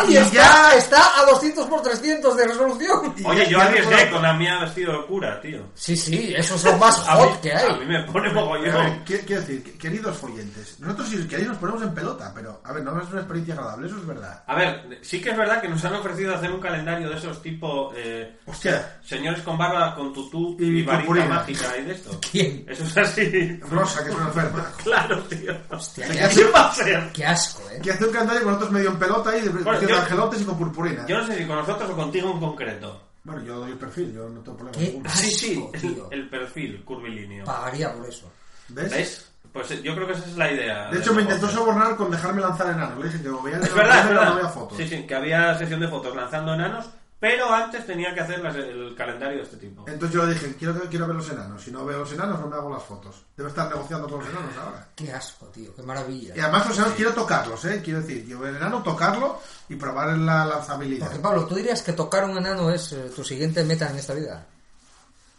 y Y está, ya. está a 200 por 300 de resolución. Y- Oye, yo ya- arriesgué con la mía vestido de cura, tío. Sí, sí, eso es lo más A mí, hot que a mí hay. me pone a ver, mogollón. qui- quiero decir, que- queridos oyentes, nosotros si queréis nos ponemos en pelota, pero a ver, no es una experiencia agradable, eso es verdad. A ver, sí que es verdad que nos han ofrecido hacer un calendario de esos tipo eh, Hostia, señores con barba, con tutú Y y, varita purpurina. mágica y de esto. ¿Quién? Eso es así. Rosa, que es una enferma. Claro, tío. Hostia, ya- ¿qué va a ser? Qué asco, eh. Que hace un calendario con nosotros medio en pelota y de yo- de angelotes y con purpurina. Yo no sé si con nosotros o contigo en concreto. Bueno, yo doy el perfil, yo no tengo problema ¿Qué? ninguno. Asco, Sí, sí, el, tío. el perfil curvilíneo. Pagaría por eso. ¿Ves? ¿Ves? Pues eh, yo creo que esa es la idea. De hecho, me intentó sobre... sobornar con dejarme lanzar enano. Le dije que voy a Es verdad, es pero verdad. no voy a fotos. Sí, sí, que había sesión de fotos lanzando enanos, pero antes tenía que hacer las- el calendario de este tipo. Entonces yo le dije, quiero, quiero ver los enanos. Si no veo los enanos, no me hago las fotos. Debe estar negociando con los enanos ahora. Qué asco, tío. Qué Y maravilla. además los enanos quiero tocarlos, ¿eh? Quiero decir, yo el enano tocarlo y probar la lanzabilidad. Porque, Pablo, ¿tú dirías que tocar un enano es eh, tu siguiente meta en esta vida?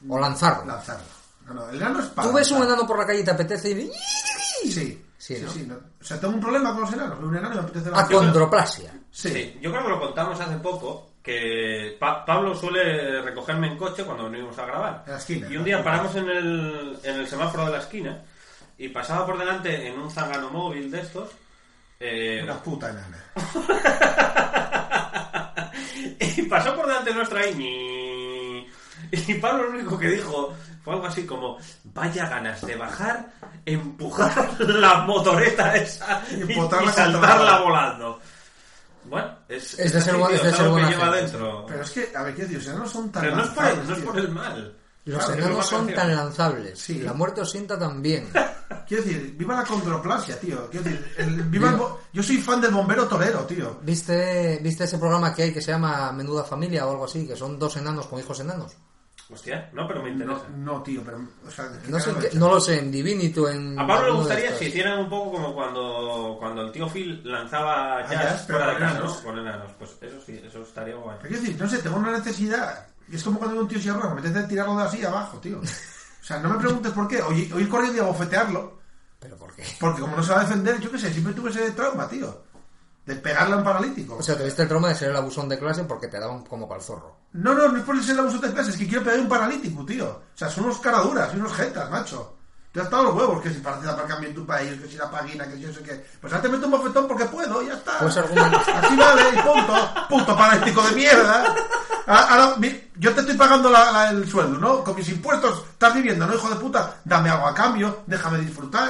O lanzarlo. Lanzarlo. No, no, el enano es para. Tú ves un lanzar. enano por la calle y te apetece y... Sí. Sí, Sí, sí, ¿no? Ah, no. O sea, tengo un problema con los enanos. Veo un enano y me apetece A lanzarlo. condroplasia. Sí. Sí, yo creo que lo contamos hace poco, que Pa- Pablo suele recogerme en coche cuando venimos a grabar. En la esquina. y un día paramos en el, en el semáforo de la esquina y pasaba por delante en un zángano móvil de estos. eh, Una puta enana. y pasó por delante nuestra y... ñi. Y Pablo lo único que dijo fue algo así como, vaya ganas de bajar, empujar la motoreta esa Y y, botarla y contra Este saltarla la- volando. Bueno, es, Es de ser bu- así, es tío, de es ser algo que buena lleva gente. dentro. Pero es que, a ver, quiero decir, los enanos son tan. Pero no es, por el, lanzables, no es por tío. el mal. Los Claro, es una enanos son canción. tan lanzables. Sí. La muerte os sienta también. Quiero decir, viva la condroplasia, tío. Quiero decir, el- viva el bo- yo soy fan del bombero torero, tío. ¿Viste, ¿Viste ese programa que hay que se llama Menuda Familia o algo así? Que son dos enanos con hijos enanos. Hostia, no, pero me No, interesa. no, tío, pero. O sea, ¿qué No, sé en carajo qué- he hecho? no lo sé, en Divinity o en... A Pablo le alguno de gustaría estos. si hicieran un poco como cuando, cuando el tío Phil lanzaba Ah, jazz jazz, pero fuera de con casa, ¿no? enanos. Con enanos. Pues eso sí, eso estaría guay. Pero quiero decir, no sé, tengo una necesidad. Es como cuando veo un tío se arroja, me apetece tirarlo de así abajo, tío. O sea, no me preguntes por qué. O ir o ir corriendo y abofetearlo. ¿Pero por qué? Porque como no se va a defender, yo qué sé, siempre tuve ese trauma, tío. De pegarle a un paralítico. O sea, tuviste el trauma de ser el abusón de clase porque te daban como para el zorro. no, no, no es por ser el abuso de clases, es que quiero pegar a un paralítico, tío. O sea, son unos caraduras, son unos jetas, macho. Te has dado los huevos, que si para hacer aparcamiento en tu país, que si la paguina, que si yo sé qué. Pues ahora te meto un bofetón porque puedo, y ya está. Pues argumentos. Así vale, y punto. Punto paralítico de mierda. Ahora, ahora, mi- yo te estoy pagando la- la- el sueldo, ¿no? Con mis impuestos estás viviendo, ¿no, hijo de puta? Dame algo a cambio, déjame disfrutar.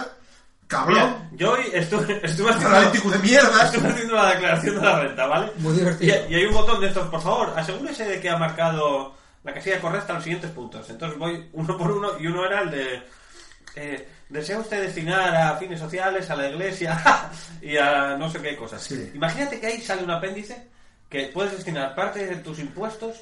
Mira, Cabrón, yo hoy estuve, estuve paralítico haciendo... de mierda. Estuve haciendo la declaración de la renta, ¿vale? Muy divertido. Y, y hay un botón de estos, por favor, asegúrese de que ha marcado la casilla correcta los siguientes puntos. Entonces voy uno por uno y uno era el de eh, ¿desea usted destinar a fines sociales, a la iglesia y a no sé qué cosas? Sí. Imagínate que ahí sale un apéndice que puedes destinar parte de tus impuestos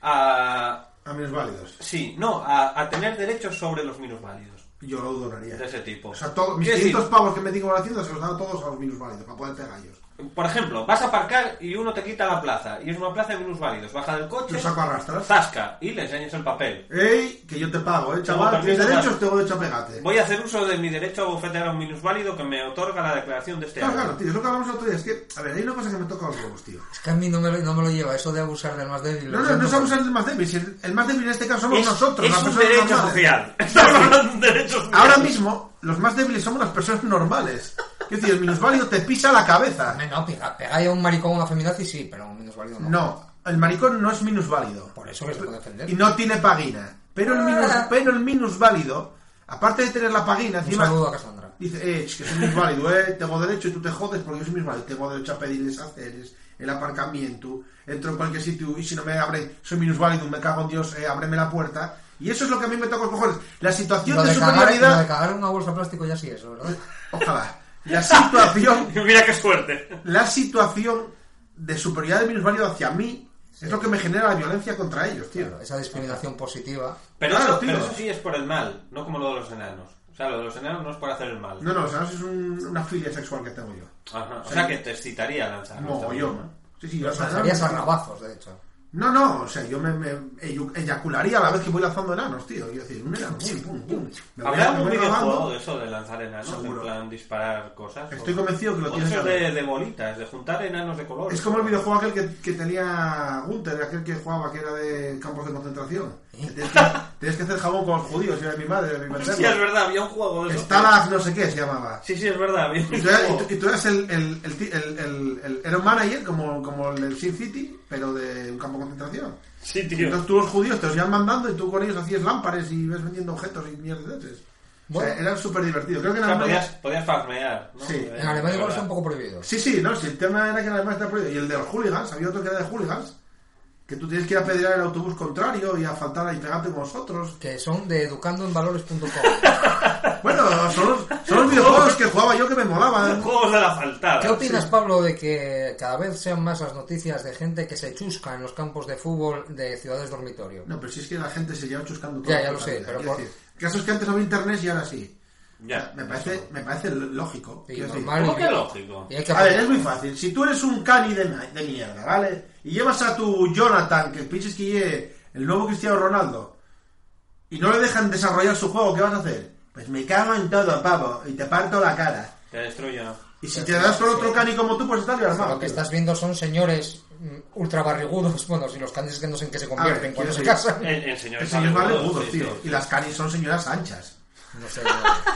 a... A menos válidos. Sí, no, a, a tener derechos sobre los minusválidos. Yo lo donaría. De ese tipo. O sea, todo- mis Quiero 500 decir, pavos que me digo a la Hacienda se los dan todos a los minusválidos para ponerte gallos. Por ejemplo, vas a aparcar y uno te quita la plaza. Y es una plaza de minusválidos. Baja del coche. Lo saco a rastras. Zasca. Y le enseñas el papel. ¡Ey! Que yo te pago, ¿eh, chaval? Tengo Mis permiso, derechos claro. tengo derecho a pegarte. Voy a hacer uso de mi derecho a bofetear a un minusválido que me otorga la declaración de este Claro, claro, año. tío. Es lo que hablamos el otro día. Es que, a ver, hay una cosa que me toca los huevos, tío. Es que a mí no me, lo- no me lo lleva eso de abusar del más débil. lo No, no, siento, no es abusar del más débil. Si el, el más débil en este caso somos Es, nosotros. es las un personas derecho normales. social. Estamos hablando de un derecho social. Ahora mismo, los más débiles somos las personas normales. Es decir, el minusválido te pisa la cabeza. pero- No, pega, pegáis a un maricón o una feminazi, sí, pero a un menos válido no. No, el maricón no es minusválido. Por eso que se puede defender. Y no tiene pagina. Pero el, minus, Ah. pero el minusválido, aparte de tener la pagina, Un encima saludo a Cassandra. dice, eh, es que soy minusválido, eh, tengo derecho y tú te jodes porque yo soy minusválido. Tengo derecho a pedirles haceres, el aparcamiento, entro en cualquier sitio y si no me abre, soy minusválido, me cago en Dios, eh, ábreme la puerta. Y eso es lo que a mí me toca los cojones. La situación Lo de de, cagar, lo de superioridad... cagar en una bolsa de plástico ya sí eso, ¿verdad? Ojalá. La situación Mira qué suerte. la situación de superioridad de minusválido hacia mí es lo que me genera la violencia contra ellos, tío. Claro, esa discriminación positiva. Pero, Claro, eso, tío. pero eso sí es por el mal. No como lo de los enanos. O sea, lo de los enanos no es por hacer el mal. No, no, o sea, eso es un- una filia sexual que tengo yo. Ajá. O sea, que te excitaría lanzar. Mogollón. Ah, Sí, sí, o sea, Serías a rabazos, de hecho. no, no, o sea, yo me, me eyu- eyacularía a la vez que voy lanzando enanos, tío. Yo decir, un enano, pum, pum, pum. Me voy- ¿Habrá me algún voy videojuego robando. de eso de lanzar enanos? Seguro. En plan disparar cosas. Estoy convencido que lo O tienes eso que de, haber. de bolitas, de juntar enanos de color. Es como el videojuego aquel que, que tenía Gunther, aquel que jugaba que era de campos de concentración. Que Tienes que, tienes que hacer jabón con los judíos, era mi madre, era mi madre. Sí, es verdad, había un juego de eso. Stalag no sé qué se llamaba. Sí, sí, es verdad. había un Y tú, eras- y juego. tú- y tú eras el, el, el, ti- el- el- el- era un manager como, como el del Sin City, pero de un campo de concentración. Sí, tío. Entonces tú los judíos te los iban mandando y tú con ellos hacías lámparas y ves vendiendo objetos y mierdas. de esas. O sea, Bueno. era súper divertido. Creo que O en sea, Alemania- podías, podías farmear. ¿no? Sí, Eh, En Alemania igual verdad. está un poco prohibido. Sí, sí, no, si el tema era que además está prohibido. Y el de los hooligans, había otro que era de hooligans, que tú tienes que ir a pedrear el autobús contrario y a faltar y pegarte con nosotros. Que son de educandoenvalores.com. Bueno, son los, son los videojuegos que jugaba yo que me molaban. Juegos de la faltada. ¿Qué opinas, Pablo, de que cada vez sean más las noticias de gente que se chusca en los campos de fútbol de ciudades dormitorio? No, pero si es que la gente se lleva chuscando todo. Ya, ya lo sé, pero por- Casos que antes no había internet y ahora sí. Ya. Me parece, me parece lógico. Sí, Quiero decir, normal. ¿Cómo que lógico? Y hay que A ver, aprender. es muy fácil. Si tú eres un cani de, na- de mierda, ¿vale? Y llevas a tu Jonathan, que pinches que lleve el nuevo Cristiano Ronaldo, y no le dejan desarrollar su juego, ¿qué vas a hacer? Pues me cago en todo, pavo, y te parto la cara. Te destruyo. Y si te das con otro cani como tú, pues estás armado. Lo que estás viendo son señores mm, ultra barrigudos, bueno, si los candies que no sé en qué se A convierten ver, Eh, cuando se quiero casan. El, el señor El está señor es desnudo, barrigudo, sí, tío. sí. Y las canis son señoras anchas. No sé.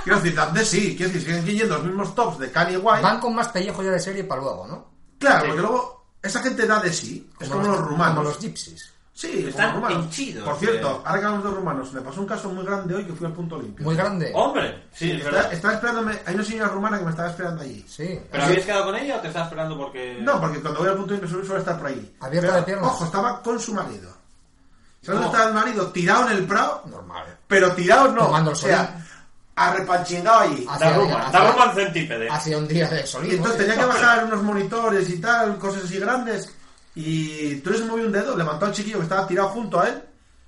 Quiero decir, de sí, quiero decir, siguen yendo los mismos tops de cani guay. Van con más pellejo ya de serie para luego, ¿no? Claro, porque luego esa gente da de sí, es como, los rumanos. Como los gypsies. Sí, Están como los rumanos. hinchidos, Por eh. cierto, ahora que hablamos de rumanos, me pasó un caso muy grande hoy que fui al punto limpio. Muy grande. Oh. Hombre, sí, es Está- verdad. estaba esperándome, hay una señora rumana que me estaba esperando allí. Sí. ¿Pero habías quedado con ella o te estás esperando porque.? No, porque cuando voy al punto limpio suele, suele estar por ahí. Abierta Pero, de piernas. Ojo, estaba con su marido. ¿Sabes No. dónde estaba el marido? Tirado en el prado, Normal. pero tirado no. Tomando o el sea, arrepanchingado allí. Ah, Está hacia- Roman, hacia- está Roman centípede. Hace un día de solito. Y entonces tenía que bajar unos monitores y tal, cosas así grandes. Y tú les moví un dedo, levantó al chiquillo que estaba tirado junto a él.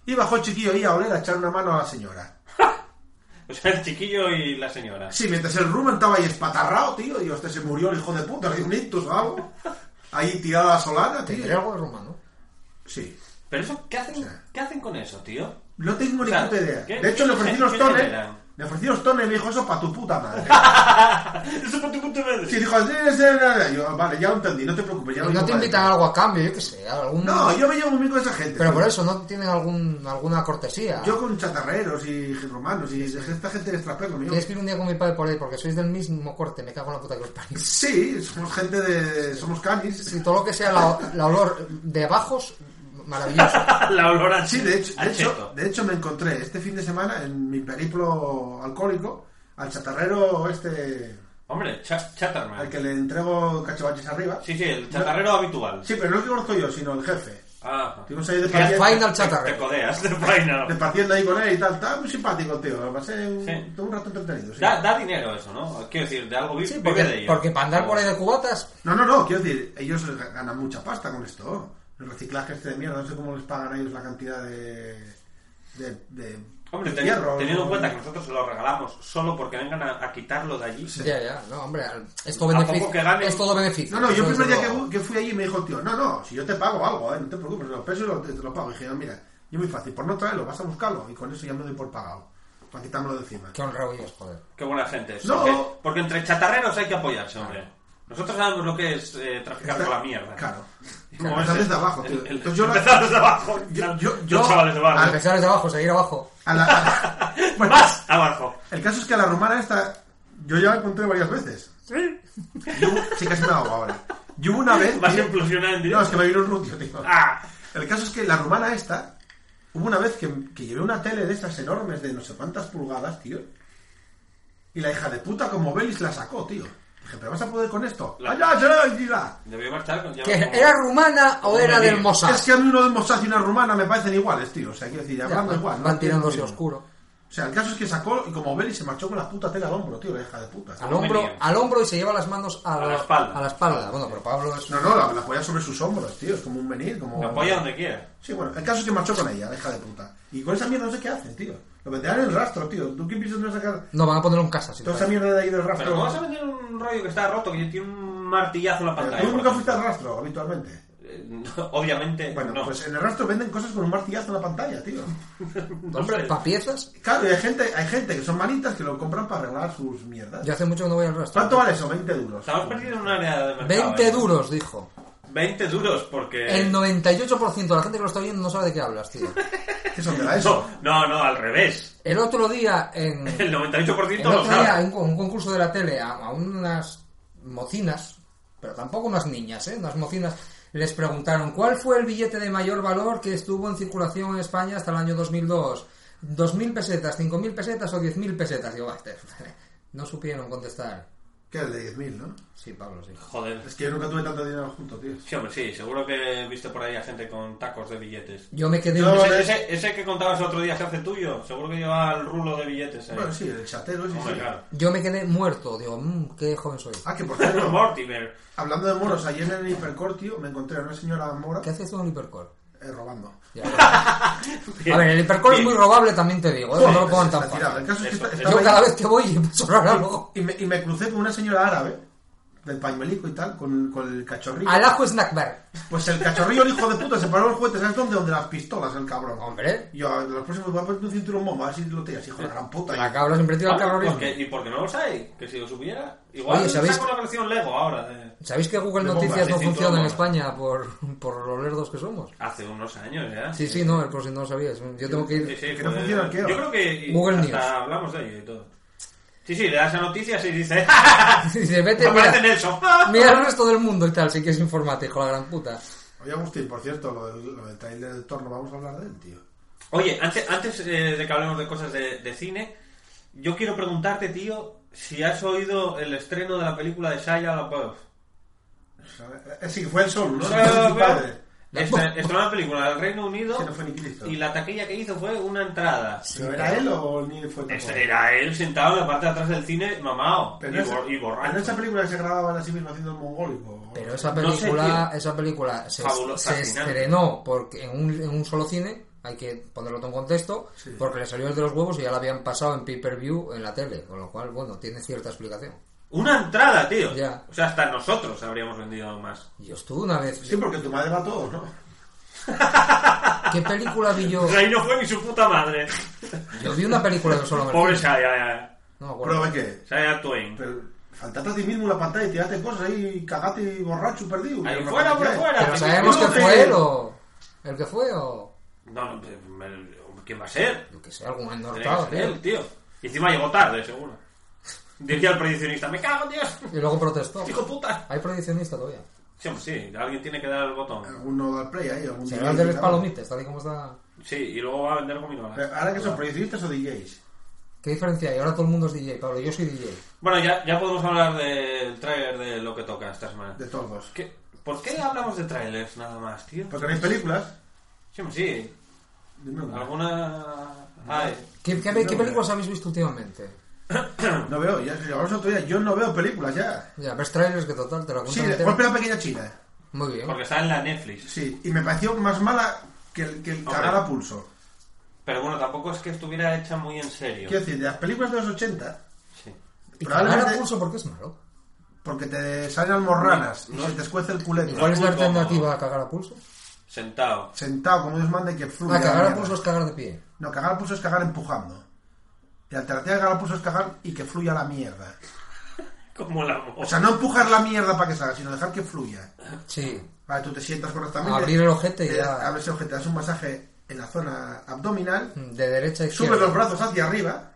Y bajó el chiquillo ahí a oler a echar una mano a la señora. O sea, el chiquillo y la señora. Sí, mientras el Rumen estaba ahí espatarrado, tío. Y hostia, se murió el hijo de puta, le dio un ictus o algo. Ahí tirado a la solana, Tendría tío. algo de rumano. Sí. ¿Pero eso qué hacen, ¿qué hacen con eso, tío? No tengo ni O sea, puta idea. ¿qué- De hecho, le qué- ofrecí qué los tones. genera? Le ofrecí los tones y me dijo eso para tu puta madre. Eso por tu punto de Sí, dijo, "Sí, sí, sí, sí". Yo, vale, ya lo entendí, no te preocupes. Ya lo Y Pues no llevo te para invitan adentro". algo a cambio, yo qué sé. Algún... No, yo me llevo muy bien con esa gente. Pero tío. por eso no tienen algún, alguna cortesía. Yo con chatarreros y romanos y esta gente de extraperlo, mío. Tienes que ir un día con mi padre por ahí porque sois del mismo corte. Me cago en la puta que los parió. Sí, somos gente de. Somos canis. Sí, todo lo que sea la, la olor de bajos, maravilloso. La Ah, olor a Sí, chi- de hecho, a de, hecho, cheto. de hecho me encontré este fin de semana en mi periplo alcohólico al chatarrero este. Hombre, cha- Chatterman. al que le entrego cachivaches arriba. Sí, sí, el chatarrero habitual. Sí, pero no el que conozco yo, sino el jefe. Ah, Estuvimos ahí de El pariente- final te chatarra. codeas, de de final. partiendo ahí con él y tal. Estaba muy simpático el tío. Lo pasé un, Sí. tuve un rato entretenido. sí. Da, da dinero eso, ¿no? Quiero decir, de algo vive, Sí, vive de porque, ello. porque para andar por ahí de cubatas, No, no, no. Quiero decir, ellos ga- ganan mucha pasta con esto. El reciclaje este de mierda. No sé cómo les pagan a ellos la cantidad de. de. de Hombre, de ten- hierro, teniendo en ¿no? cuenta que nosotros se lo regalamos solo porque vengan a, a quitarlo de allí. ya, ya, no, hombre, es todo A poco beneficio. que gane. Es todo beneficio. No, no, yo el Eso primer día desde que, luego. fu- que fui allí me dijo, el tío, no, no, si yo te pago algo, eh, no te preocupes, los pesos los- te, te los pago. Y dije, no, mira, yo muy fácil, por no traerlo, vas a buscarlo y con eso ya me doy por pagado, para quitármelo de encima. Qué honrado ellos, joder. Qué buena gente es. No. Porque, porque entre chatarreros hay que apoyarse, hombre. Nosotros sabemos lo que es eh, traficar Está- con la mierda. Claro. Como Empezar ese- desde abajo, tío. el- el- Entonces yo la- empezar desde abajo. Yo- yo- Los yo- chavales de barrio. Al empezar desde abajo, seguir abajo. A la- a- bueno, Más abajo. el caso es que a la romana esta, yo ya la encontré varias veces. Yo, sí, casi me hago ahora. Yo hubo una vez... Vas a tío- implosionar en No, es directo. que me vino un rucio, tío. Ah. El caso es que la rumana esta, hubo una vez que, que llevé una tele de estas enormes de no sé cuántas pulgadas, tío. Y la hija de puta como Belis la sacó, tío. Dije, pero vas a poder con esto. La- ¡Allá, ya, ya! Debió marchar con ya ¿Que como- ¿Era rumana o Como era me del digas. Mossad? Es que a mí uno de Mossad y una rumana me parecen iguales, tío. O sea, quiero decir, Ya, hablando van- igual. pues ¿no? Van tirándose Tío. oscuro. O sea, el caso es que sacó y como Belis se marchó con la puta tela al hombro, tío, la hija de puta. Al hombro, Convenio. al hombro y se lleva las manos a, A la la espalda. A la espalda. Bueno, pero Pablo es. No, no, la, la apoya sobre sus hombros, tío. Es como un venir, como... La apoya donde quiera. Sí, bueno, el caso es que marchó con ella, la hija de puta. Y con esa mierda no sé qué hacen, tío. Lo venderán en el rastro, tío. ¿Tú qué piensas de sacar No, van a poner un casa. si toda te esa parece. mierda de ahí del rastro? Pero vamos a vender un rollo que está roto, que tiene un martillazo en la pantalla. Tú por nunca ejemplo. fuiste al rastro, habitualmente. Eh, no, Obviamente, Bueno, Eh, no. pues en el rastro venden cosas con un martillazo en la pantalla, tío. No Hombre, sé. para piezas. Claro, y hay gente, hay gente que son manitas que lo compran para arreglar sus mierdas. Yo hace mucho que no voy al rastro. ¿Cuánto vale eso? 20 duros. Estamos perdidos en un área de mercado. 20 ¿eh? duros, dijo. 20 duros, porque... El 98% de la gente que lo está viendo no sabe de qué hablas, tío. ¿Qué son de la ESO? No, no, no, al revés. El otro día, en. El 98% El lo otro día, sabe. un, un concurso de la tele a, a unas mocinas, pero tampoco unas niñas, ¿eh? Unas mocinas, les preguntaron cuál fue el billete de mayor valor que estuvo en circulación en España hasta el año 2002. ¿2.000 pesetas, 5.000 pesetas o 10.000 pesetas? Digo, "Bah, te- no supieron contestar. Que es de 10.000, ¿no? Sí, Pablo, sí. Joder. Es que yo nunca tuve tanto dinero junto, tío. Sí, hombre, sí, seguro que viste por ahí a gente con tacos de billetes. Yo me quedé... No, impresionado. Ese, ese- ese que contabas el otro día se hace tuyo. Seguro que lleva el rulo de billetes. ahí. Bueno, sí, el chatero, sí, Hombre, sí. claro. Yo me quedé muerto. Digo, "Mm, qué joven soy. Ah, que por cierto, Mortimer. hablando de moros, ayer en el hipercore, tío, me encontré a una señora mora ¿Qué haces tú en el hipercore? eh, robando. Ya. A ver, el hipercore es Bien. muy robable, también te digo. ¿eh? No lo pongan Está tan fácil. tirado. El caso es que Eso, eh. eso. esta- estaba Yo ahí- cada vez que voy empiezo a hablar algo. y, me, y me crucé con una señora árabe, del pañuelico y tal, con, con el cachorrillo. Al ajo snack bar. Pues el cachorrillo, el hijo de puta, se paró el juguete, ¿sabes dónde? Donde las pistolas, el cabrón. Hombre, Yo, a ver, los próximos voy a ponerte un cinturón bomba, a ver si lo tiras, hijo de la gran puta. la cabra siempre tira al Ah, terrorismo. porque- ¿Y por qué no lo sabéis? Que si lo supiera, igual Oye, ¿sabéis? saco la versión Lego ahora. de- ¿Sabéis que Google De Noticias bombas, no de cinco funciona en bombas. España por, por los lerdos que somos? Hace unos años ya. Sí, sí, no, por si no lo sabías. Yo tengo que Sí, ir. sí, Que no fue- funciona, ¿qué? Yo creo que Google hasta News. hablamos de ello y todo. Sí, sí, le das a noticias y dice Dice, vete, Aparece mira, Nelson. mira el resto del mundo y tal, si quieres informarte, hijo de la gran puta. Oye, Agustín, por cierto, lo del, lo del trailer del torno, vamos a hablar de él, tío. Oye, antes, antes eh, de que hablemos de cosas de, de cine, yo quiero preguntarte, tío, si has oído el estreno de la película de Shia LaBeouf. Eh, Sí, fue el sol, ¿no? Shia Fue su LaBeouf padre. estre- Estrenó este, la película del Reino Unido Que no fue ni Cristo. y la taquilla que hizo fue una entrada. ¿Pero era él o ni fue tampoco? Este era él sentado en la parte de atrás del cine, mamao, Pero y, en esa- bor- y borracho. En esa película que se grababan así mismo haciendo el mongólico. Eh. Pero esa No sé, película, esa película se, Fabulo- se fascinante. estrenó porque en un, en un solo cine, hay que ponerlo todo en contexto, Sí. porque le salió el de los huevos y ya la habían pasado en pay-per-view en la tele, con lo cual, bueno, tiene cierta explicación. Una entrada, tío. Ya. O sea, hasta nosotros habríamos vendido más. Yo estuve una vez. Sí, porque tu madre va a todos, ¿no? ¿Qué película vi yo? O sea, ahí no fue ni su puta madre. Yo vi una película de un solo Pobre Martín. Shia, No me Pero acuerdo. ve que. Shia Twain. Pero faltate a ti mismo la pantalla y tirate cosas ahí, cagate borracho perdido. Ahí Pero fuera, no, por ¿qué? fuera. Pero sabemos que no, fue eh. él o. El que fue o. No, no, me- me- ¿quién va a ser? Yo que sé, algún Tenía que ennortado, ser tío. él, tío. Y encima llegó tarde, seguro. Decía el prediccionista, me cago, Dios, Y luego protestó. hijo puta. Hay proyeccionista todavía. Sí, hombre, sí, alguien tiene que dar el botón. Alguno da play ahí, algún Será el DJ, de los claro. palomites, tal y como está. Sí, y luego va a vender gominolas. Pero ah. Ahora que son proyeccionistas o DJs. ¿Qué diferencia hay? Ahora todo el mundo es DJ, Pablo. Yo soy DJ. Bueno, ya, ya podemos hablar del tráiler de lo que toca esta semana. De todos. ¿Qué? ¿Por qué hablamos de trailers nada más, tío? Pues, Porque no hay películas. Sí, hombre, sí. Dime una. ¿Alguna...? Ay, ¿Qué, qué- qué películas habéis visto últimamente? No veo, ya si hablamos otro día, yo no veo películas ya. Ya, ves trailers que total te la Sí, cuentan de entera. golpe a la pequeña China. Muy bien. porque está en la Netflix. Sí, y me pareció más mala que el, que el Hombre. cagar a pulso. Pero bueno, tampoco es que estuviera hecha muy en serio. Quiero decir, de las películas de los 80, Sí. Y cagar a probablemente pulso porque es malo. porque te salen almorranas y No. se te escuece el culete. ¿Y cuál es la muy cómodo. alternativa a cagar a pulso? Sentado. Sentado, como Dios manda, y que fluya. Ah, la cagar a mierda. pulso es cagar de pie. No, cagar a pulso es cagar empujando. Y la alternativa de cagar a pulso es cagar y que fluya la mierda. Como la mo- O sea, no empujar la mierda para que salga, sino dejar que fluya. Sí. Vale, tú te sientas correctamente. Abrir el ojete y te- ya. Mm, Abres el ojete, das un masaje en la zona abdominal. De derecha a izquierda. Subes los brazos hacia arriba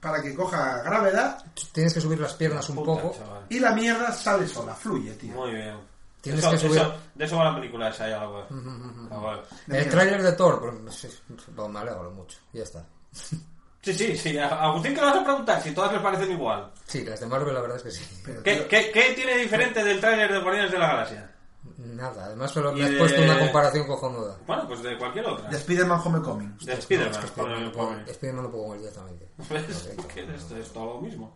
para que coja gravedad Tienes que subir las piernas un Puta, poco. chaval. y la mierda sale sola, fluye, tío. Muy bien. Tienes Eso- que subir- eso- de eso va la película esa, ya la web. Ah, El tráiler de Thor, pues, sí, pues, me alegro mucho. Ya está. Sí, sí, sí. A- Agustín, ¿qué le vas a preguntar? Si todas les parecen igual. Sí, las de Marvel la verdad es que sí. Pero, ¿Qué, tío, qué- qué tiene diferente del tráiler de Guardianes de la Galaxia? Nada, además solo Y me has de- puesto una comparación cojonuda. Bueno, pues de cualquier otra. de Spider-Man Homecoming. De No, es Spider-Man. que joder, Spider-Man lo puedo- pobre. Spider-Man lo puedo ver directamente. ¿Ves? Que esto es todo lo mismo.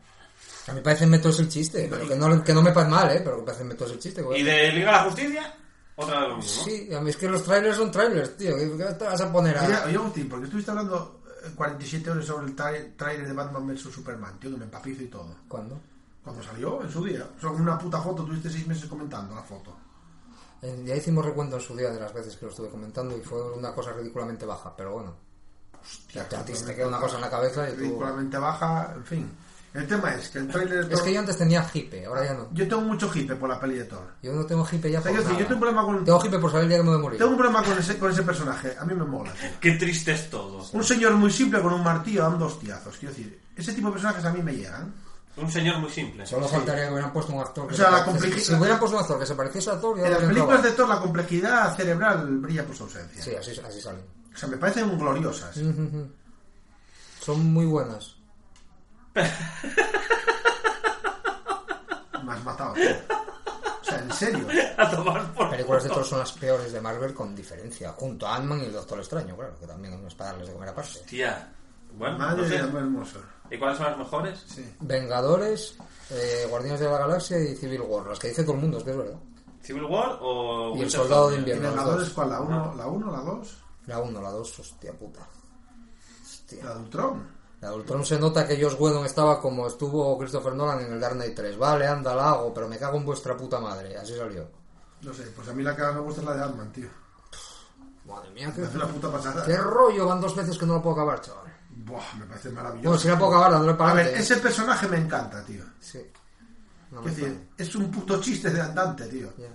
A mí parece meto es el chiste, pero que no, que no me pasa mal, ¿eh? Pero que parece meto es el chiste. güey. ¿Y de Liga de la Justicia? Otra de lo mismo. Pues, eh, Sí, a mí es que los trailers son trailers, tío. ¿Qué qué te vas a poner Oye, a...? oye, Agustín, ¿por qué estuviste hablando eh, 47 horas sobre el tra- trailer de Batman vs Superman? Tío, que me empapizo y todo. ¿Cuándo? Cuando salió, en su día. Solo con una puta foto, tuviste seis meses comentando la foto. Eh, Ya hicimos recuento en su día de las veces que lo estuve comentando y fue una cosa ridículamente baja, pero bueno. Ya te, a ti se te queda una cosa en la cabeza y tú... Ridículamente baja, en fin. El tema es que el trailer de Thor... Es que yo antes tenía hipe, ahora ya no. Yo tengo mucho hipe por la peli de Thor. Yo no tengo hipe ya O sea, por quiero decir, nada. yo tengo un problema con... Tengo hipe por saber el día que me voy a morir. Tengo un problema con ese, con ese personaje. A mí me mola, tío. Qué triste es todo. Un señor muy simple con un martillo dan dos tiazos. Quiero decir, ese tipo de personajes a mí me llegan. Un señor muy simple. Solo faltaría que hubieran puesto un actor que O sea, se la pareciese- complici- Si hubieran puesto un actor que se pareciese a Thor, ya En las habrían películas de acabado. Thor la complejidad cerebral brilla por su ausencia. Sí, así, así salen. O sea, me parecen gloriosas. Son muy buenas. Me has matado. tío. O sea, en serio. A tomar por... Películas de Thor son las peores de Marvel con diferencia. Junto a Ant-Man y el Doctor Extraño, claro, que también es para darles de comer aparte. Tía. Bueno, Madre no de sé. amor hermoso. ¿Y cuáles son las mejores? Sí. Vengadores, eh, Guardianes de la Galaxia y Civil War. Las que dice todo el mundo, es que es verdad. ¿Civil War o... Y el Winter Soldado Soldier? de ¿Y Invierno. las Vengadores dos. cuál? ¿La 1, la 1, la 2? La 1, la 2, hostia puta. Hostia. La de Ultron. La de Ultron se nota que Josh Whedon estaba como estuvo Christopher Nolan en el Dark Knight 3. Vale, anda, la hago, pero me cago en vuestra puta madre. Así salió. No sé, pues a mí la que más me gusta es la de Ant-Man, tío. Madre mía, Me qué, hace la puta pasada. qué rollo. Van dos veces que no la puedo acabar, chaval. Buah, me parece Bueno, maravilloso. si la puedo acabar, dándole para A ver, adelante. ¿eh? ese personaje me encanta, tío. Sí. No Es me decir, falla. es un puto chiste de andante, tío. Ya.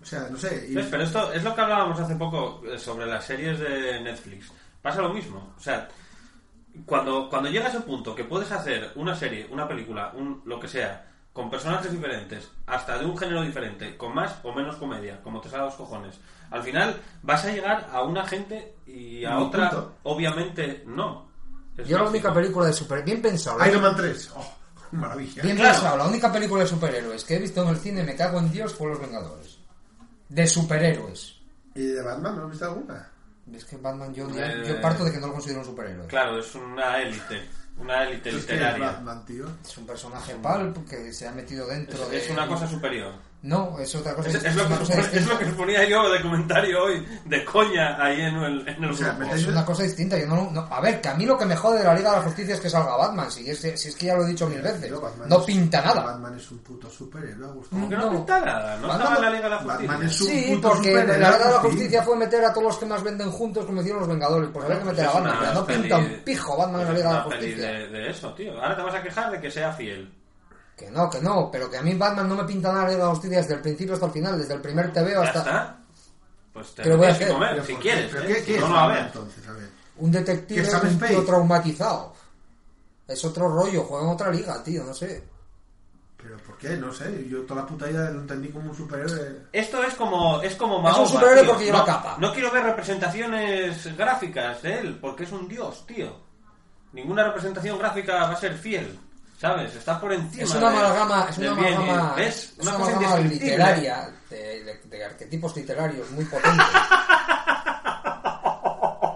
O sea, no sé. y- ¿Ves? Pero esto es lo que hablábamos hace poco eh, sobre las series de Netflix. Pasa lo mismo. O sea, cuando, cuando llegas al punto que puedes hacer una serie, una película, un, lo que sea, con personajes diferentes, hasta de un género diferente, con más o menos comedia, como te salga los cojones, al final vas a llegar a una gente y a Un otra, punto. obviamente, no. Es Yo la lógico. única película de super... Bien pensado. la Iron Man 3. Oh, maravilla. Bien Claro. pensado, la única película de superhéroes que he visto en el cine, me cago en Dios, fue Los Vengadores. De superhéroes. ¿Y de Batman no has visto alguna? Es que Batman, yo, ya- Eh. yo parto de que no lo considero un superhéroe. Claro, es una élite. Una élite Es que es literaria. Batman, tío. Es un personaje pulp que se ha metido Es, dentro de... es una cosa superior. No, es otra cosa. Es, es lo una que, cosa supone- es distinta. lo que suponía yo de comentario hoy, de coña, ahí en el, en el O sea, grupo. Es una cosa distinta. Yo no, no- a ver, que a mí lo que me jode de la Liga de la Justicia es que salga Batman. Si es, si es que ya lo he dicho mil veces. Tío, Batman No es- pinta nada. Batman es un puto superhéroe, Augusto. Como que no, No. pinta nada, no estaba en la Liga de la Justicia. Batman es un Sí, puto porque la superhéroe. Liga de la Agustín. Justicia fue meter a todos los que más venden juntos como hicieron los Vengadores. Pues había que Pues meter a es Batman. una pero no peli- pinta un pijo Batman en la es Liga de la una peli Justicia. De, de eso, tío. Ahora te vas a quejar de que sea fiel. Que no, que no, pero que a mí Batman no me pinta nada de la hostia desde el principio hasta el final, desde el primer te veo Ya hasta está. Pues te Pero lo voy a tienes que hacer, comer, Pero si ¿por quieres. ¿Pero ¿eh? qué, Si qué no, es no, a Batman, ver. entonces? A ver. un detective Que Sam un tío Spade. traumatizado. Es otro rollo, juega en otra liga, tío, no sé. ¿Pero por qué? No sé. Yo toda la puta vida lo entendí como un superhéroe. Esto es como, es como Es un Mahoma, superhéroe tío. porque lleva no, capa. No quiero ver representaciones gráficas de él, porque es un dios, tío. Ninguna representación gráfica va a ser fiel, ¿sabes? Está por encima es una de- amalgama, es del una bien y el- amalgama, ¿Ves? es una cosa amalgama indescriptible. literaria. de, de- de arquetipos literarios muy potentes.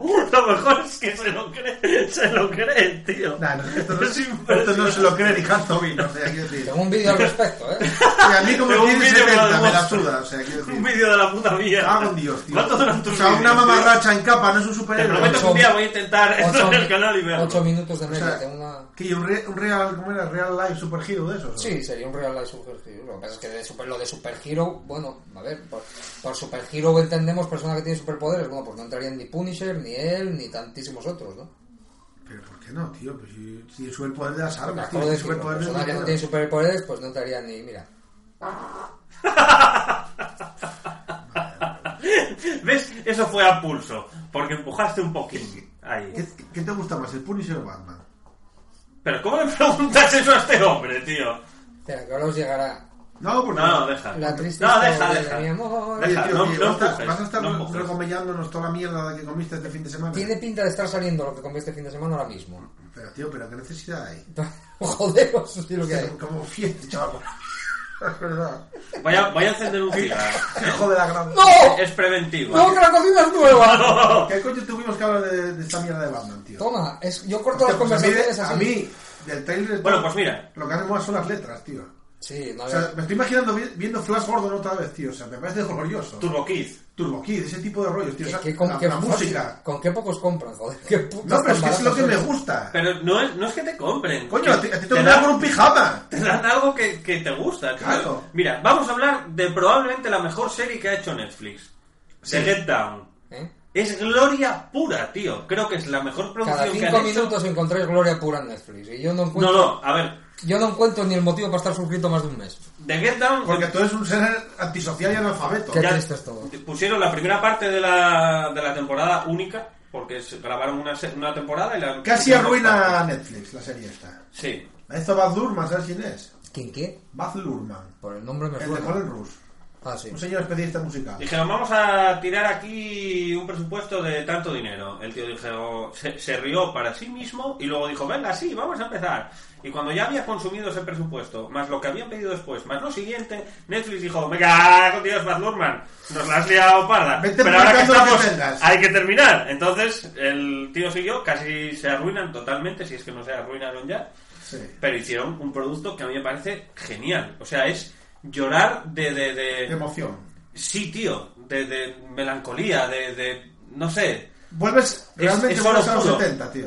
Oh, Lo mejor es que se lo cree, se lo cree, tío. Nah, no, esto, no, Es esto no se lo cree ni Hantovin, o sea, quiero decir. Tengo un vídeo al respecto, ¿eh? Y a mí como Tengo un tiene vídeo 70, grabado. me la suda, o sea, quiero Un decir. vídeo de la puta mierda. Cago en Dios, tío. ¿Cuánto duran O tus sea, una vídeos, tío? mamarracha en capa no es un Te superhéroe. prometo que un día voy a intentar Ocho- entrar en el canal y verlo. Ocho minutos de media, sea, tengo una... Que un, re- un real, ¿cómo era? Real Life Super Hero de esos. ¿no? Sí, sería un Real Life Super Hero. Lo que pasa es que de super- lo de Super Hero, bueno, a ver, por, por Super Hero entendemos persona que tiene superpoderes. Bueno, pues no entrarían ni Punisher, ni él, ni tantísimos otros, ¿no? Pero ¿por qué no, tío? Pues si, si sube el poder de las armas, tío. Acabo Si de el decirlo, superpoder del persona que no dinero. tiene superpoderes, pues no entraría ni, mira. ¿Ves? Eso fue a pulso. Porque empujaste un poquín. Ahí. ¿Qué, ¿Qué te gusta más, el Punisher o Batman? Pero ¿cómo le preguntas eso a este hombre, tío? Espera, que ahora os llegará No, porque... No, deja. la triste no, deja, historia deja. de mi amor. Deja. Tío, no- que no vas, a- empujes, vas a estar no empujes. recomendándonos toda la mierda que comiste este fin de semana. Tiene pinta de estar saliendo lo que comí este fin de semana ahora mismo. Pero, tío, pero ¿qué necesidad hay? Joderos, sí lo que hay. Como fiesta, chaval. Es verdad. Voy a, voy a encender un cigarro. Hijo de la gran... ¡No! Es preventivo. ¡No, que la cocina es nueva! ¿Qué coño tuvimos que hablar de, de esta mierda de Batman, tío? Toma, es, yo corto las Hostia, pues a mí de- conversaciones así. A mí, del trailer... Bueno, pues mira. Lo que hacemos son las letras, tío. Sí, no O había- sea, me estoy imaginando vi- viendo Flash Gordon otra vez, tío. O sea, me parece glorioso. Turbo Kids. Turbo Kid, ese tipo de rollos, tío. O sea, ¿Qué- qué com- la, qué la fácil- música. ¿Con qué pocos compran, joder? ¿Qué putas No, tan pero es que es lo baratas que son? me gusta. Pero no es, no es que te compren. Coño, a ti a ti te voy dan- a por un pijama. te dan algo que, que te gusta. tío. Claro. Mira, vamos a hablar de probablemente la mejor serie que ha hecho Netflix. The Get Down. ¿Eh? Es gloria pura, tío. Creo que es la mejor Cada producción que cinco han hecho. minutos encontráis Gloria Pura en Netflix. Y yo no encuentro, No, no, a ver. Yo no encuentro ni el motivo para estar suscrito más de un mes. The Get Down Porque tú eres un ser antisocial y analfabeto. Qué Ya- triste es todo. pusieron la primera parte de la, de la temporada única, porque se grabaron una, se- una temporada y la... Casi arruina a Netflix la serie esta. Sí. Esto Baz Luhrmann, ¿sabes quién es? ¿Quién qué? Baz Luhrmann. Por el nombre me El de Colin suena. Rush. Ah, sí. Un señor especialista musical. Dijeron, vamos a tirar aquí un presupuesto de tanto dinero. El tío dijo, se, se rió para sí mismo y luego dijo, venga, sí, vamos a empezar. Y cuando ya había consumido ese presupuesto, más lo que habían pedido después, más lo siguiente, Netflix dijo, venga, con Dios, Baz Luhrmann, nos la has liado parda. Vete Pero ahora que marcando lo que estamos, tengas". hay que terminar. Entonces, el tío siguió, casi se arruinan totalmente, si es que no se arruinaron ya. Sí. Pero hicieron un producto que a mí me parece genial. O sea, es llorar de... de, de... Emoción. Sí, tío, de, de melancolía, de, de- no sé. Vuelves, realmente es vuelves a los oscuro. 70, tío.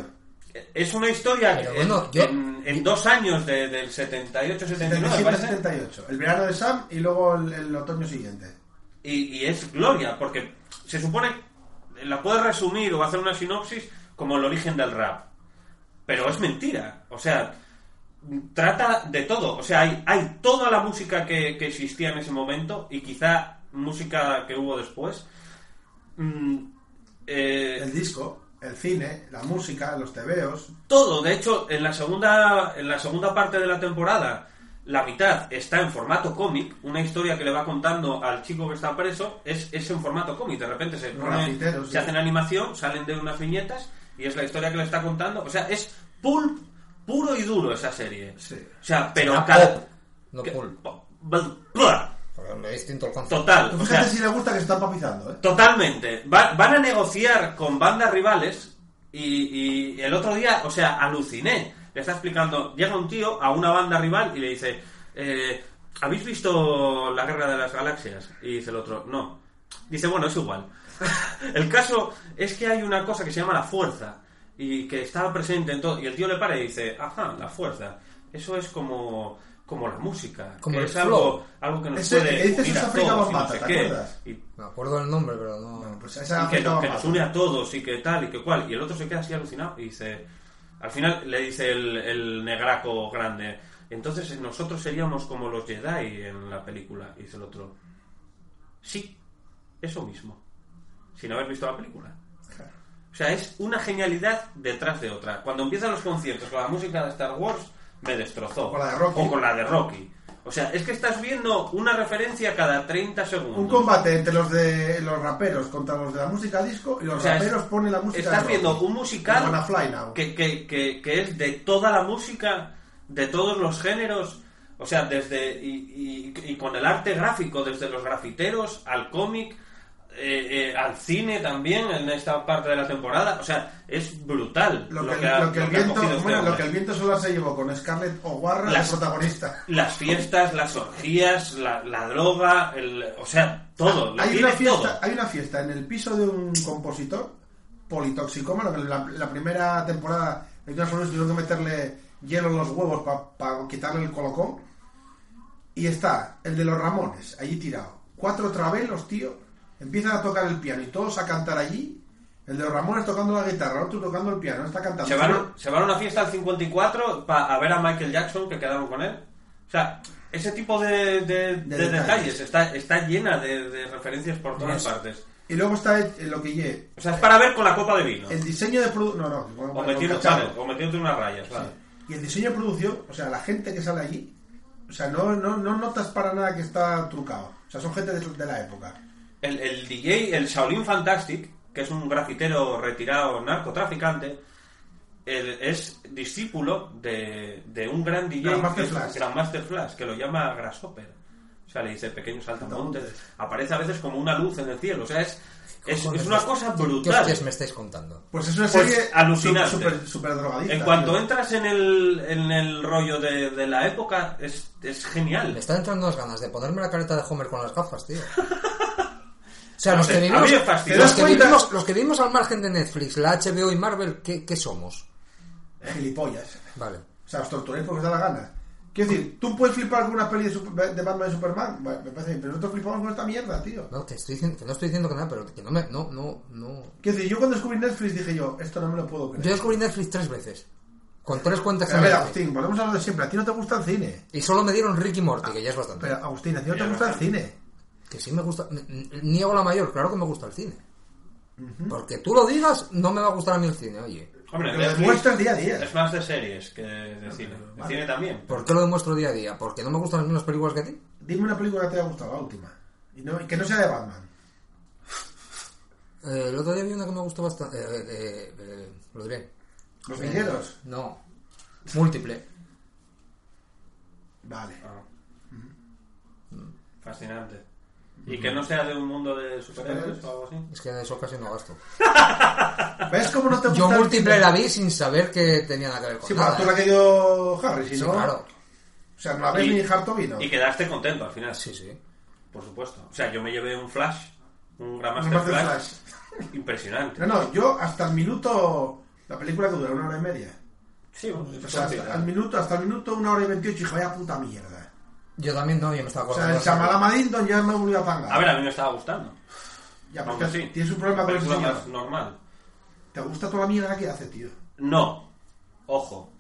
Es una historia Pero que bueno, en, yo- en- en dos años de- del 78, 79, 77, parece, 78. El verano de Sam y luego el, el otoño siguiente. y, y es gloria, porque se supone, la puedes resumir o hacer una sinopsis como el origen del rap. Pero es mentira, o sea, trata de todo. O sea, hay, hay toda la música que, que existía en ese momento y quizá música que hubo después. Mm, eh, El disco, el cine, la música, los tebeos. todo. De hecho, en la segunda, en la segunda parte de la temporada, la mitad está en formato cómic. Una historia que le va contando al chico que está preso es, es en formato cómic. De repente se, Los ponen- grafiteros, se sí. hacen animación, salen de unas viñetas y es la historia que le está contando. O sea, es pulp puro y duro esa serie. Sí. O sea, pero Será cada- pop, no que- pulp. po- bl- bla. Porque me distinto el concepto. Total. Pues o fíjate sea, si le gusta que se está papizando, ¿eh? Totalmente. Va- van a negociar con bandas rivales y, y el otro día, o sea, aluciné. Le está explicando, llega un tío a una banda rival y le dice, eh, ¿habéis visto la Guerra de las Galaxias? Y dice el otro, no. Dice, bueno, es igual. el caso es que hay una cosa que se llama la fuerza y que está presente en todo. Y el tío le para y dice, ajá, la fuerza. Eso es como, como la música. Como que el es flow. algo, algo que nos Ese- puede ese unir es a África todos y Bambata, no sé ¿te qué. acuerdas? Y Me acuerdo del nombre, pero no. Pues esa y que, afecta no- que más. nos une a todos y que tal y que cual. Y el otro se queda así alucinado y dice, al final le dice el, el negraco grande, entonces eh, nosotros seríamos como los Jedi en la película. Y dice el otro, sí, eso mismo, sin haber visto la película. O sea, es una genialidad detrás de otra. Cuando empiezan los conciertos con la música de Star Wars, me destrozó. Con la de Rocky. O con la de Rocky. O sea, es que estás viendo una referencia cada 30 segundos. Un combate entre los de los raperos contra los de la música disco y los O sea, raperos es- ponen la música Estás de viendo rock. un musical Como la Fly Now. Que, que- que- que es de toda la música, de todos los géneros. O sea, desde. Y, y- y con el arte gráfico, desde los grafiteros al cómic, eh, eh, al cine también, en esta parte de la temporada. O sea, es brutal Lo que, ha- lo que el lo que ha viento, cogido este bueno, lo hombre. que el viento solar se llevó con Scarlett O'Hara, la Las- protagonista. Las fiestas, las orgías, la, la droga, el, o sea, todo. lo Hay tiene una, fiesta, todo. hay una fiesta en el piso de un compositor politoxicómano que la, la primera temporada de Jonas Flores tuvieron que meterle hielo en los huevos para quitarle el colocón. Y está el de los Ramones, allí tirado. Cuatro travelos, tío. Empiezan a tocar el piano y todos a cantar allí. El de los Ramones tocando la guitarra, otro tocando el piano, está cantando. Se van, se van a una fiesta al 54 para a ver a Michael Jackson que quedaron con él. O sea, ese tipo de, de- de detalles. detalles, está, está llena de, de referencias por todas Yes. partes. Y luego está el- lo que lle, O sea, es para ver con la copa de vino. el diseño de produ- No, no, con- O con metiendo, cacharro. vale, o metiéndote unas rayas, vale. Y el diseño de producción, o sea, la gente que sale allí, o sea, no, no, no notas para nada que está trucado. O sea, son gente de, de la época. El, el DJ, el Shaolin Fantastic, que es un grafitero retirado narcotraficante, él es discípulo de, de un gran DJ, Grandmaster que es Flash. Grandmaster Flash, que lo llama Grasshopper. O sea, le dice pequeño saltamontes. Aparece a veces como una luz en el cielo. O sea, es, es, Cojones, es una ¿qué- cosa pues, qué brutal. hostias me estáis contando? Pues es una Pues, serie alucinante. Super, super drogadita. En cuanto tío. entras en el, en el rollo de, de la época, es, es genial. Me están entrando las ganas de ponerme la careta de Homer con las gafas, tío. O sea, No los sé, que, a mí vivimos, me fastidió. ¿Te los, que das cuenta? vivimos, los que vivimos al margen de Netflix, la HBO y Marvel, ¿qué, qué somos? Gilipollas. Vale. O sea, os torturéis porque os da la gana. Quiero decir, tú puedes flipar con una peli de, Super- de Batman y Superman. Bueno, me parece bien, pero nosotros flipamos con esta mierda, tío. No, te estoy diciendo, que no estoy diciendo que nada, pero que no me... No, no, no... Quiero decir, yo cuando descubrí Netflix dije yo, esto no me lo puedo creer. Yo descubrí Netflix tres veces. Con tres cuentas Pero a ver, abiertas. Agustín, volvemos a lo de siempre. A ti no te gusta el cine. Y solo me dieron Ricky Morty, que ya es bastante. Pero, Agustín, a ti no te gusta el cine. Que sí me gusta. n- n- Niego la mayor, claro que me gusta el cine. Porque tú lo digas, no me va a gustar a mí el cine, oye. Hombre, Porque lo Netflix demuestras día a día. es más de series que de cine. De cine también. ¿Por qué lo demuestro día a día? ¿Porque no me gustan las mismas películas que a ti? Dime una película que te haya gustado, la última. Y no- y que no sea de Batman. Eh, el otro día vi una que me gustó bastante. eh, eh, eh, lo diré. Los Eh, viñedos. No. Múltiple. Vale. Ah. Mm. Fascinante. Y que no sea de un mundo de superhéroes o algo así. Es que en eso casi no gasto. ¿Ves cómo no te gusta Yo el múltiple cine? la vi sin saber que tenía nada que ver con Sí, pero nada. tú la ¿eh? que dio Harry, si Sí, no. claro. O sea, no la ves Y- ni harto vino. Y quedaste contento al final. Sí, sí. Por supuesto. O sea, yo me llevé un flash, un Grandmaster Grandmaster flash, impresionante. No, no, yo hasta el minuto. La película que dura una hora y media. Sí, bueno, O sea, hasta el minuto, hasta el minuto, una hora y veintiocho, y dije, vaya puta mierda. Yo también no, yo me estaba O acordando. sea, el de esa- Shamalama Dindon ya me volvió a pangar. a ver, a mí me estaba gustando. ya, Aún porque así. tienes un problema Una con el película señor. más normal. ¿Te gusta toda la mierda que hace, tío? No. Ojo.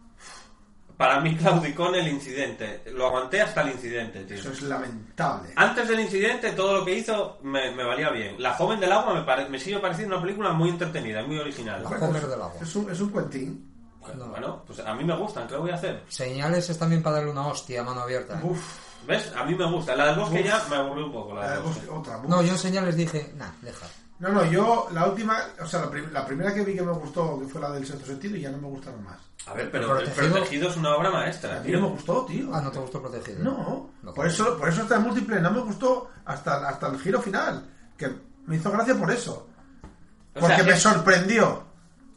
Para mí claudicó en el incidente. Lo aguanté hasta el incidente, tío. Eso es lamentable. Ah, Antes del incidente, todo lo que hizo me, me valía bien. La joven del agua me, pare- me sigue pareciendo una película muy entretenida, muy original. La Homer del agua. Es un, es un cuentín. Bueno, bueno, pues a mí me gustan, ¿qué voy a hacer? Señales es también para darle una hostia a mano abierta. ¿eh? Uf, Eh, ¿Ves? A mí me gusta. La del bosque ya me aburrió un poco. La la del de bosque. Bosque- otra. No, yo en señales dije, nah, deja. No, no, yo la última, o sea, la, prim- la primera que vi que me gustó, que fue la del sexto sentido, y ya no me gustaron más. A ver, pero El el Protegido- protegido, es una obra maestra. A mí tío. no me gustó, tío. Ah, no te gustó protegido. No, No, por eso, por eso hasta el múltiple no me gustó hasta, hasta el giro final, que me hizo gracia por eso. O Porque sea, me es- sorprendió.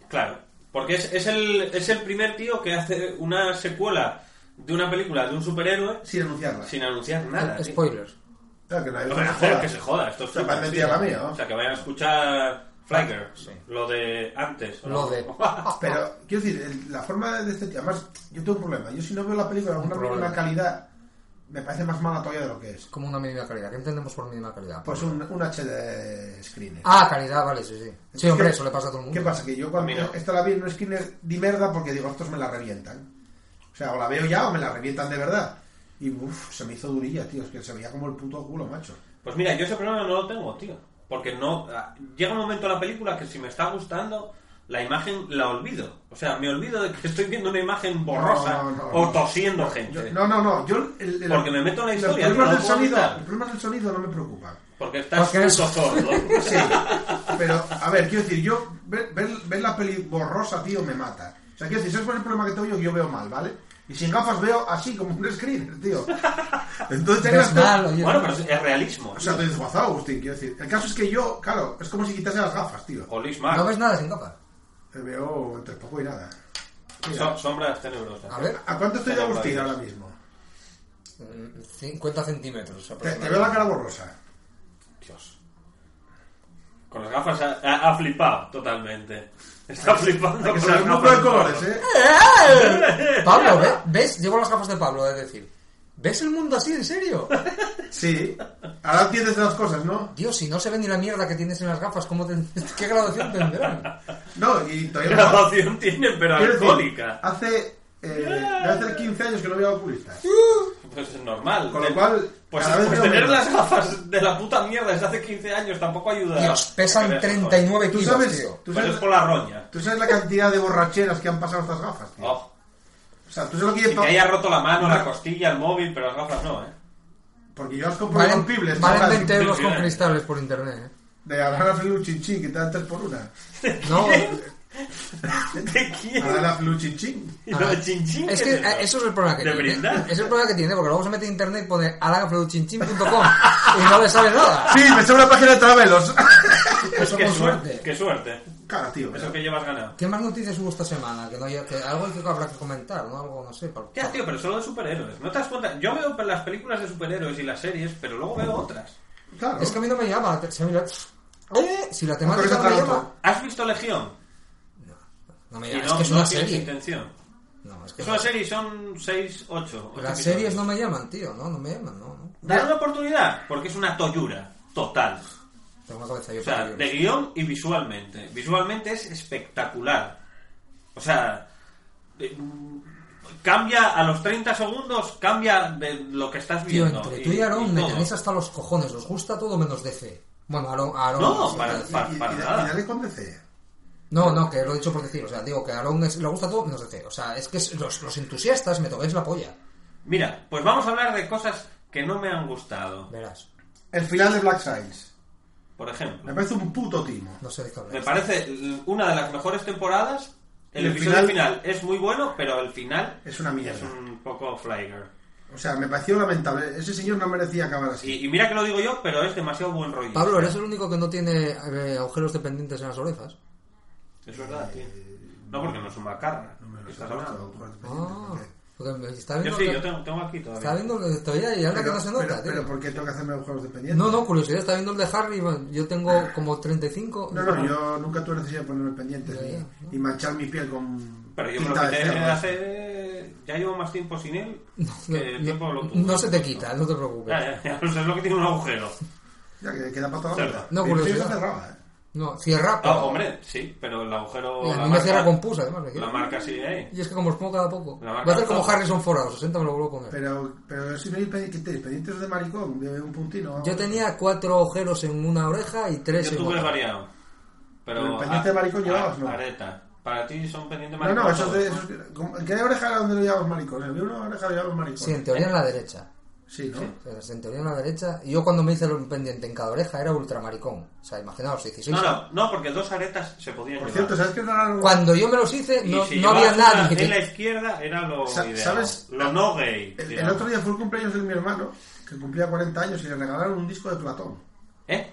Claro, porque es, es el, es el primer tío que hace una secuela de una película de un superhéroe Sin anunciarla. sin anunciar nada. Eh, tío. Spoilers. Claro, que no hay O que sea, se joda. que se joda, esto es O sea, súper parece mentira sencillo. la mía, ¿no? O sea, que vayan a escuchar Flagger, Ah, Sí. lo de antes. ¿o Lo de- Pero, quiero decir, el- la forma de este tío, además, yo tengo un problema. Yo si no veo la película con una problema. mínima calidad, me parece más mala todavía de lo que es. Como una mínima calidad. ¿Qué entendemos por mínima calidad? Pues un, un HD screener. Ah, calidad, vale, sí, sí. Sí, hombre, ¿Qué- eso le pasa a todo el mundo. ¿Qué pasa? Que yo cuando A mí no. esta la vi en un Skinner di merda porque digo, estos me la revientan. O sea, o la veo ya o me la revientan de verdad. Y uff, se me hizo durilla, tío. Es que se veía como el puto culo, macho. Pues mira, yo ese problema no lo tengo, tío. Porque no. ah, Llega un momento en la película que si me está gustando, la imagen la olvido. O sea, me olvido de que estoy viendo una imagen borrosa No, no, no, o no. tosiendo Yo- gente. no, no, no. Yo, el, el- Porque me meto en la los historia, Problemas no del puedo sonido, evitar. los problemas del sonido no me preocupan. Porque estás Porque eres- puto sordo. Sí. Pero, a ver, quiero decir, yo ver, ver- ver la peli borrosa, tío, me mata. O sea, quiero decir, ¿sabes cuál es el problema que tengo yo? Que yo veo mal, ¿vale? Y sin gafas veo así, como un screen, tío. Entonces Ves tenías mal, oye. Bueno, pero es- es realismo. O sea, te desguazado, Agustín, quiero decir. El caso es que yo, claro, es como si quitase las gafas, tío. O Luis No Mar. ves nada sin gafas. Te veo entre poco y nada. Som- sombras tenebrosas. A ver, ¿A cuánto estoy de Agustín ahora mismo? mm, 50 centímetros Te, te veo la aproximadamente. cara borrosa. Dios. Con las gafas ha, ha- ha flipado totalmente. Está flipando Que con se ve las un poco de gafas. colores, ¿eh? Pablo, ¿ves? ¿ves? Llevo las gafas de Pablo, es decir. ¿Ves el mundo así, en serio? Sí. Ahora entiendes las cosas, ¿no? Dios, si no se ve ni la mierda que tienes en las gafas, ¿cómo te... ¿qué graduación tendrán? No, y todavía no. graduación tienen, pero Quiero decir, alcohólica. Hace. Eh, debe hacer 15 años que no veo oculistas. Pues es normal. Con lo Ten- cual, pues, cada vez pues veo tener menos. las gafas de la puta mierda desde hace 15 años tampoco ayuda. Dios, a que pesan veas 39 ¿Tú kilos, sabes? tío. ¿Tú mejor. Pues sabes, es por la roña. tú sabes la cantidad de borracheras que han pasado estas gafas, tío? Oh, O sea, tú sabes lo que que yo. te haya roto la mano, la No. costilla, el móvil, pero las gafas no, ¿eh? Porque yo las compro Valen, rompibles. valen chaval, 20 euros con impresionante. cristales por internet, ¿eh? De Alana Feliu Chinchín, que te dan tres por una. No, ¿De quién? Alana Feliu Chinchín. ¿Y lo de chinchín? Ah. es que ¿qué eh, eso es el problema que ¿De tiene. brindar? Es el problema que tiene, porque luego se mete en internet y pone alagafleuchinchin.com y no le sale nada. Sí, me sobra página de Travelos. Pues qué con suerte. suerte. Qué suerte. Cara, tío. Eso que llevas ganado. ¿Qué más noticias hubo esta semana? Que no haya, que algo hay que habrá que comentar, ¿no? Algo, no sé. para- Ya, tío, pero solo de superhéroes. ¿No te das cuenta? Yo veo las películas de superhéroes y las series, pero luego veo otras. Claro. Es que a mí no me llama. la te- Si, a mí la- Eh, si la Corre temática no me catarro. llama... ¿Has visto Legión? No me Y llama. no, es que es no una tienes serie. intención. No, es que Es no- una serie y son 6, 8. Las series no me llaman, tío. No, no me llaman, no. no. Dale una oportunidad, porque es una toyura total. Tengo la cabeza yo O sea, para de guión y visualmente. Visualmente es espectacular. O sea, eh, cambia a los 30 segundos, cambia de lo que estás Tío, viendo. entre y- tú y y Aaron me todo. tenéis hasta los cojones. Os gusta todo menos DC. Bueno, Aaron... Aaron No, sí, para, DC. para- Y, y, para y nada. dale con DC. No, no, que lo he dicho por decir. O sea, digo que a Aaron es- le gusta todo menos DC. O sea, es que es- los, los entusiastas me toquéis la polla. Mira, pues vamos a hablar de cosas que no me han gustado. Verás. El final de Black Sails. Por Me ejemplo, parece un puto timo. No sé de qué me habláis. parece eh, una de las mejores temporadas. El, Y el episodio final... final- es muy bueno, pero el final Es una mierda. es un poco flyer. O sea, me pareció lamentable. Ese señor no merecía acabar así. Y, y mira que lo digo yo, pero es demasiado buen rollo. Pablo, eres el único que no tiene eh, agujeros dependientes en las orejas. Es verdad, tío. No, porque no es un macarra. Pero estás se corta, hablando? por- por- Ah, porque- porque me está viendo. Yo sí, que- yo tengo, tengo aquí todavía. Está viendo el de todavía y anda que no se nota, pero, tío. pero ¿por qué tengo que hacerme juegos dependientes? No, no, curiosidad, está viendo el de Harry. bueno, Yo tengo como 35. No, no, yo nunca tuve necesidad de ponerme pendientes Ya, ni- ya, y manchar mi piel con Pero yo me tinta lo de quité cerdo. hace... Ya llevo más tiempo sin él que el tiempo no, lo tuve. no se te quita, no te preocupes. Ya, ya, ya, o sea, es lo que tiene un agujero. Ya que queda para toda la Cerdo. vida. No, Mi piel curiosidad. se cerraba, ¿eh? No, cierra. Ah, pero- hombre, sí, pero el agujero... Mira, a la mí me marca- cierra con pus, además. me La quiero. marca eh. sigue ahí. Y es que como os pongo cada poco. La marca Voy a hacer está- como Harrison Ford a los 60, me lo vuelvo a poner. Pero, pero si no hay pedi- que tenéis pendientes de maricón, de un puntino. ¿no? Yo tenía cuatro agujeros en una oreja y tres Yo en tuve otra. variado. Pero... Pero el pendiente de maricón llevabas, ¿no? Areta. Para ti son pendientes No, maricón. no, eso es de. todos, Eso es- como- ¿En qué oreja era donde lo llamamos maricón? En una oreja lo llamamos maricón. Sí, en teoría en la derecha. Sí, ¿no? O sea, en teoría en la derecha. Y yo cuando me hice el pendiente en cada oreja era ultramaricón. O sea, imaginaos, 16. No, no, no, porque dos aretas se podían Por llevar. cierto, ¿sabes qué no era algo- Cuando yo me los hice, Y no, si no había llevabas una nadie que En la te- izquierda era lo Sa- ideal. ¿sabes? Lo no gay. El, el digamos. otro día fue el cumpleaños de mi hermano, que cumplía 40 años, y le regalaron un disco de Platón, ¿Eh?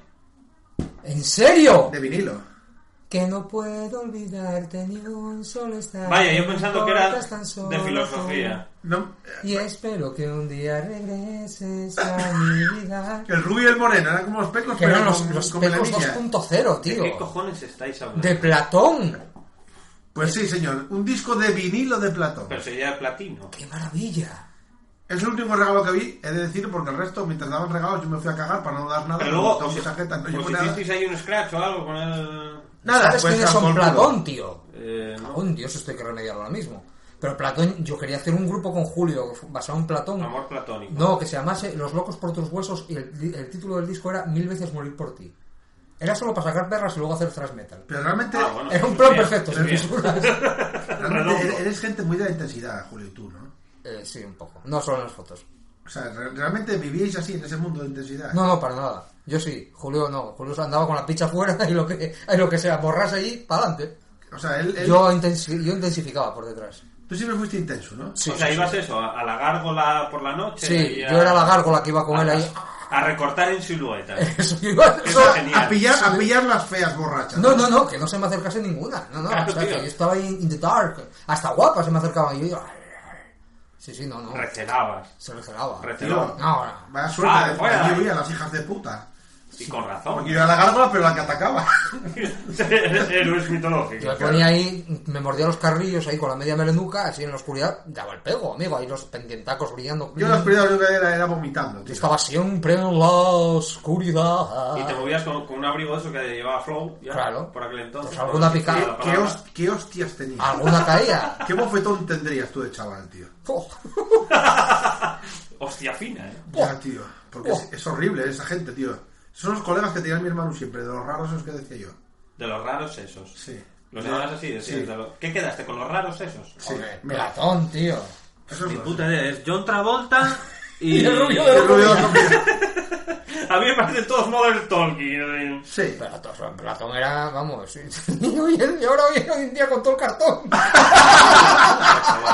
¿En serio? de vinilo. Que no puedo olvidarte ni un solo instante. Vaya, yo pensando que era Importas tan de solo filosofía. No, tú. Y espero que un día regreses a mi vida. el rubio y el moreno eran como los pecos, Que pero eran los, con- los con Pecos melanilla. 2.0, ¿De qué tío. cojones estáis hablando? De Platón. Pues sí, señor, un disco de vinilo de Platón. Pero sería platino. ¡Qué maravilla! Es el último regalo que vi, he de decir, porque el resto, mientras daban regalos, yo me fui a cagar para no dar nada. Pero luego, tengo os- mi tarjeta, no os llevo nada. hicisteis ahí un scratch o algo con el... Nada, ¿Sabes pues quiénes a son por culo. Platón, tío? Eh, no. Platón, Dios, esto hay que remediarlo ahora mismo. Pero Platón, yo quería hacer un grupo con Julio basado en Platón. Amor platónico. No, que se llamase Los locos por tus huesos y el, el título del disco era Mil veces morir por ti. Era solo para sacar perras y luego hacer thrash metal. Pero realmente, Ah, bueno, Era eh, un sí, plan bien, perfecto, sí, sin bien. fisuras. realmente Redondo. eres- eres gente muy de la intensidad, Julio, y tú, ¿no? Eh, sí, un poco. No solo en las fotos. O sea, re- realmente vivíais así, en ese mundo de intensidad. No, no, para nada. Yo sí. Julio no. Julio andaba con la picha fuera y lo que, y lo que sea, borrase allí, para adelante. O sea, él. él- Yo, intensi- yo intensificaba por detrás. Tú siempre fuiste intenso, ¿no? Sí, o sea, ibas eso, a, a la gárgola por la noche. Sí, y a- yo era la gárgola que iba con a- él ahí. A recortar en silueta. Eso, yo iba- Eso es genial. A pillar, a pillar las feas borrachas. No, no, no, que no se me acercase ninguna. No, no, Claro, o sea, que tío. yo estaba ahí in the dark. Hasta guapa se me acercaba y yo iba- Sí, sí, no, no. Recelabas. Se recelaba. Recelabas. Tío, No, no. vaya suerte. Ah, de- fuera. Yo vi a las hijas de puta. Y con Porque razón. yo era la gárgola, pero la que atacaba. Héroes Yo me mitológicos. ponía ahí, me mordía los carrillos ahí con la media melenuca, así en la oscuridad, daba el pego, amigo, ahí los pendientacos brillando. Yo las primeras lo que era era vomitando, Yo tío. estaba siempre en la oscuridad. Y te movías con, con un abrigo de eso que llevaba Flow. Ya, Claro. Por aquel entonces. Pues alguna Porque picada. la ¿Qué, palabra- hos- qué hostias tenías? Alguna caía. ¿Qué bofetón tendrías tú de chaval, tío? Oh, Hostia fina, ¿eh? Ya, tío. Porque Oh. es, es horrible esa gente, tío. Son los colegas que tenía mi hermano siempre, de los raros esos que decía yo. De los raros esos. Sí. Los llamas así, decías. Sí. de lo- ¿Qué quedaste con los raros esos? Sí, mira. Platón, tío. Esos Mi dos. puta idea es John Travolta y... Y el rubio Qué ruido, tío. A mí me parecen todos model talking. Sí. Platón, Platón era, vamos, y hoy en- y ahora hoy en día con todo el cartón.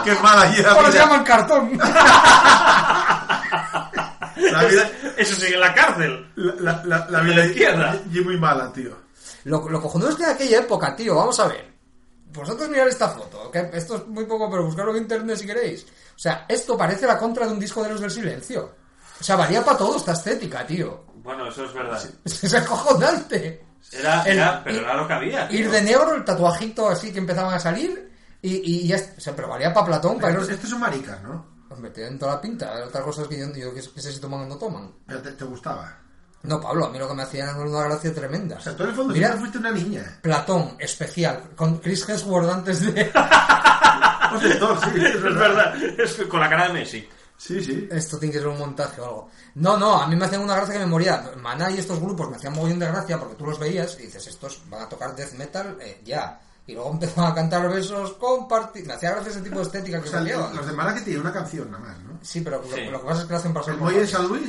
Qué mala idea. Ahora se mira. llaman cartón. La vida, Eso sigue en la cárcel. la, la, la, la De vida la izquierda. Y muy mala, tío. Lo, lo cojonudo es que de aquella época, tío, vamos a ver. Vosotros mirad esta foto, que esto es muy poco, pero buscarlo en internet si queréis. O sea, esto parece la contra de un disco de los del silencio. O sea, valía para todo esta estética, tío. Bueno, eso es verdad. Es acojonante. Era, El- era- pero era lo que había. Ir de negro, el tatuajito así que empezaban a salir, y, y ya. O sea, pero valía para Platón, para Estos irnos. estos son este maricas, ¿no? Hombre, tienen toda la pinta. Otras cosas que yo, yo que, que sé si toman o no toman. Pero te, te gustaba. No, Pablo, a mí lo que me hacían era una gracia tremenda. O sea, tú en el fondo Mira, siempre fuiste una niña. Platón, especial, con Chris Hemsworth antes de. Hostia, todo, sí, es Es verdad. verdad. Es que con la cara de Messi. Sí, sí. Esto tiene que ser un montaje o algo. No, no, a mí me hacían una gracia que me moría. Maná y estos grupos me hacían mogollón de gracia porque tú los veías y dices, estos van a tocar death metal eh, ya. Y luego empezaban a cantar besos, compartir. Me hacía gracia ese tipo de estética que O sea, se lleva. los de Mala que tienen una canción nada más, ¿no? Sí, pero lo- Sí. Lo, que pasa es que lo hacen para El ser muelle de populares. San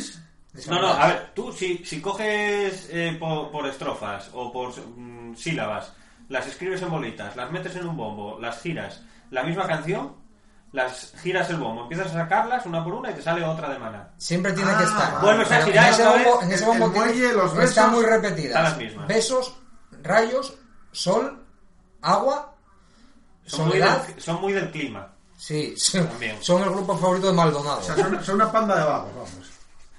Luis. No, no, a ver, tú si, si coges eh, por, por estrofas o por mm, sílabas, las escribes en bolitas, las metes en un bombo, las giras, la misma canción, las giras el bombo, empiezas a sacarlas una por una y te sale otra de maná. Siempre tiene Ah, que estar. vuelves a Pero girar en ese otra bombo, vez, en ese el- bombo el tiene- muelle, los Están besos, muy están repetidas. las mismas. Besos, rayos, sol, agua, Son muy, soledad. del, son muy del clima. Sí, También. son el grupo favorito de Maldonado. O sea, son, son una panda de vagos, vamos.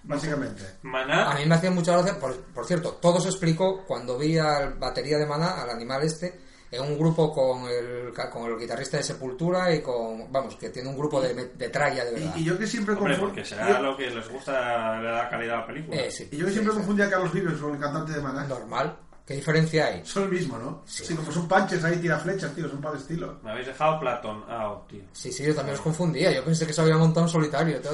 Básicamente. Maná, A mí me hacía mucha gracia, por, por cierto, todo se explicó cuando vi al batería de Maná, al animal este, en un grupo con el, ca- con el guitarrista de Sepultura y con, vamos, que tiene un grupo de, de tralla de verdad. Y, y yo que siempre hombre, confundo. porque será lo que les gusta, le da calidad a la película. Eh, sí, Y yo que sí, siempre sí. confundía a Carlos Vives con el cantante de Maná. Normal. ¿Qué diferencia hay? Son el mismo, ¿no? Sí, como son panches ahí, tira flechas, tío, son para el estilo. Me habéis dejado Platón out, tío. Sí, sí, yo también los confundía. Yo pensé que se había montado en solitario. tío.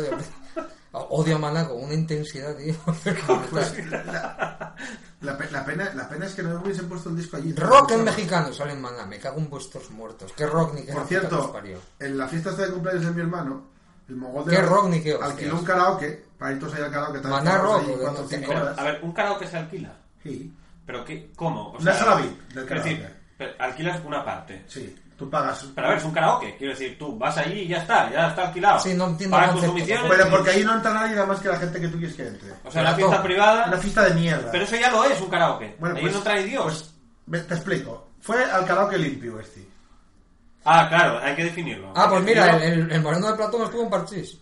Odio a Maná con una intensidad, tío. Pues La, la pe- la pena, la pena es que no hubiesen puesto el disco allí. rock en mexicano sale en Maná. Me cago en vuestros muertos. ¿Qué rock ni qué Por hostia que os cierto, parió? en la fiesta esta de cumpleaños de mi hermano, el mogol de Qué rock ni qué hostias. alquiló un karaoke para ir todos ahí al karaoke. tal, Maná todos rock, ahí o cuatro o de- cinco Pero, horas. a ver, un karaoke se alquila. Sí, ¿Pero qué? ¿Cómo? O Una sala VIP del es karaoke. decir, pero alquilas una parte. sí, tú pagas. Pero a ver, es un karaoke. Quiero decir, tú vas allí y ya está, ya está alquilado. Sí, no entiendo Pagas el tus concepto. comisiones. Pero porque ahí no entra nadie nada más que la gente que tú quieres que entre. O sea, una Platón. fiesta privada. Una fiesta de mierda. Pero eso ya lo es un karaoke. Bueno, ahí pues- no trae Dios. pues, ve- te explico. Fue al karaoke limpio este. Ah, claro, hay que definirlo. Ah, pues mira, el, el- el moreno de Platón estuvo en Parchís.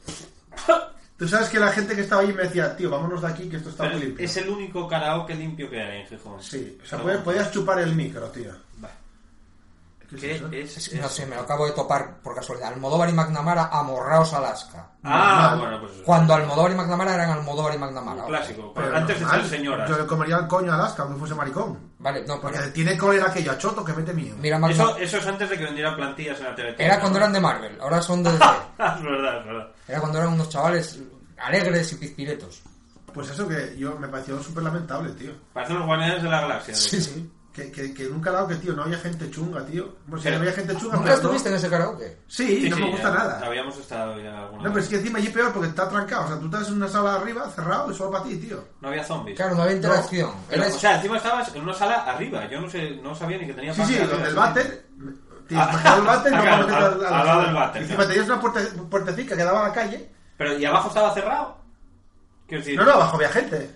Tú sabes que la gente que estaba ahí me decía, tío, vámonos de aquí que esto está Pero muy limpio. es el único karaoke limpio que hay en Gijón. Sí, o sea, Pero puede- bueno. podías chupar el micro, tío. Va. ¿Qué es ¿Qué eso? es? Es que no eso? sé, me lo acabo de topar por casualidad. Almodóvar y McNamara, amorraos Alaska. Ah, Normal. bueno, pues. Cuando Almodóvar y McNamara eran Almodóvar y McNamara. Un ok. clásico. Pero Antes normal, de ser señoras. Yo le comería el coño a Alaska, aunque fuese maricón. Vale, no, Porque pero tiene cólera aquello a Choto que mete mío. mira, Magna- Eso, eso es antes de que vendieran plantillas en la tele. era cuando eran de Marvel, ahora son de... DC. Ah, es verdad, es verdad. era cuando eran unos chavales alegres y pizpiretos. Pues eso que yo me pareció súper lamentable, tío. Parecen los guardianes de la galaxia. ¿no? sí. Que, que, que en un karaoke, tío, no había gente chunga, tío. Bueno, sí, Pero- había gente chunga, ¿Nunca pero no... estuviste en ese karaoke? Sí, Sí, no sí, me gusta ya nada. Habíamos estado ya alguna No, pero vez. es que encima allí peor porque está trancado. O sea, tú estás en una sala arriba, cerrado, y solo para ti, tío. No había zombies. Claro, no había interacción. Pero, Era- o sea, encima estabas en una sala arriba. Yo no sé, no sabía ni que tenía Sí, sí, parking donde el arriba. váter, Tienes que bajar al váter, no Ah, claro, meterte al- a al lado del váter, Encima claro. tenías una puerta, puertecita que daba a la calle. Pero ¿y abajo estaba cerrado? Quiero decir, No, no, abajo había gente.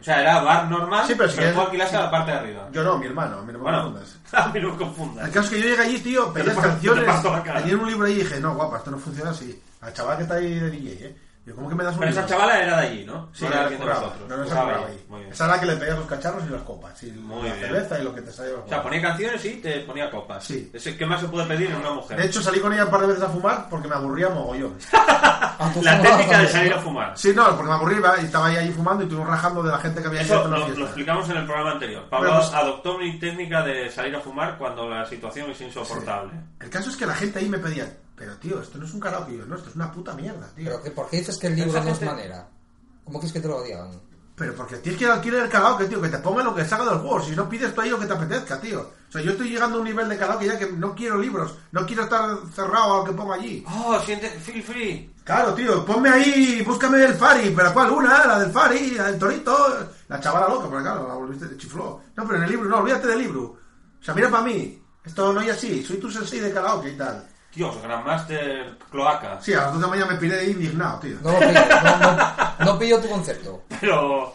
o sea, era bar normal, Sí, pero, pero si quieres- tú alquilaste la parte de arriba. Yo no, mi hermano, a mí no me bueno, confundas. a mí no me El confundas. caso es que yo llegué allí, tío, pedí Te las parto- canciones, te parto la cara. tenía un libro ahí y dije, no, guapa, esto no funciona así. Al chaval que está ahí de DJ, ¿eh? Yo, ¿cómo que me das un Pero libro? esa chavala era de allí, ¿no? Sí, no no, era nos de curraba, nosotros. no nos Estaba curraba ahí. ahí. Muy bien. Esa era la que le pedías los cacharros y las copas. Y Muy la bien. cerveza y lo que te salía. O sea, ponía canciones y te ponía copas. Sí. Es el que más se puede pedir en una mujer. De hecho, salí con ella un par de veces a fumar porque me aburría mogollón. A tu la fumar técnica de también, salir ¿no? a fumar. Sí, no, porque me aburría y estaba ahí, ahí fumando y estuvimos rajando de la gente que había ido a Eso hacer la lo, lo fiesta. explicamos en el programa anterior. Pablo Pero, pues, adoptó mi técnica de salir a fumar cuando la situación es insoportable. El caso es que la gente ahí me pedía, pero tío, esto no es un karaoke. Y yo, no, esto es una puta mierda, tío. Pero que- ¿por qué dices que el libro Esa no es gente- manera? ¿Cómo quieres que te lo digan? Pero porque tienes que ir a alquiler el karaoke, tío, que te pongan lo que salga del juego. Si no pides tú ahí lo que te apetezca, tío. O sea, yo estoy llegando a un nivel de karaoke ya que no quiero libros, no quiero estar cerrado a lo que pongo allí. Oh, siente, feel free. Claro, tío, ponme ahí, búscame el Fari, pero ¿cuál? Una, la del Fari, la del Torito, la chavala loca, porque claro, la volviste, te chifló. No, pero en el libro, no, olvídate del libro. O sea, mira para mí, esto no es así, soy tu sensei de karaoke y tal. Dios, Grandmaster Cloaca. Sí, a las dos de la mañana me piré indignado, tío. No lo pillo, no, no- no pillo tu concepto. Pero.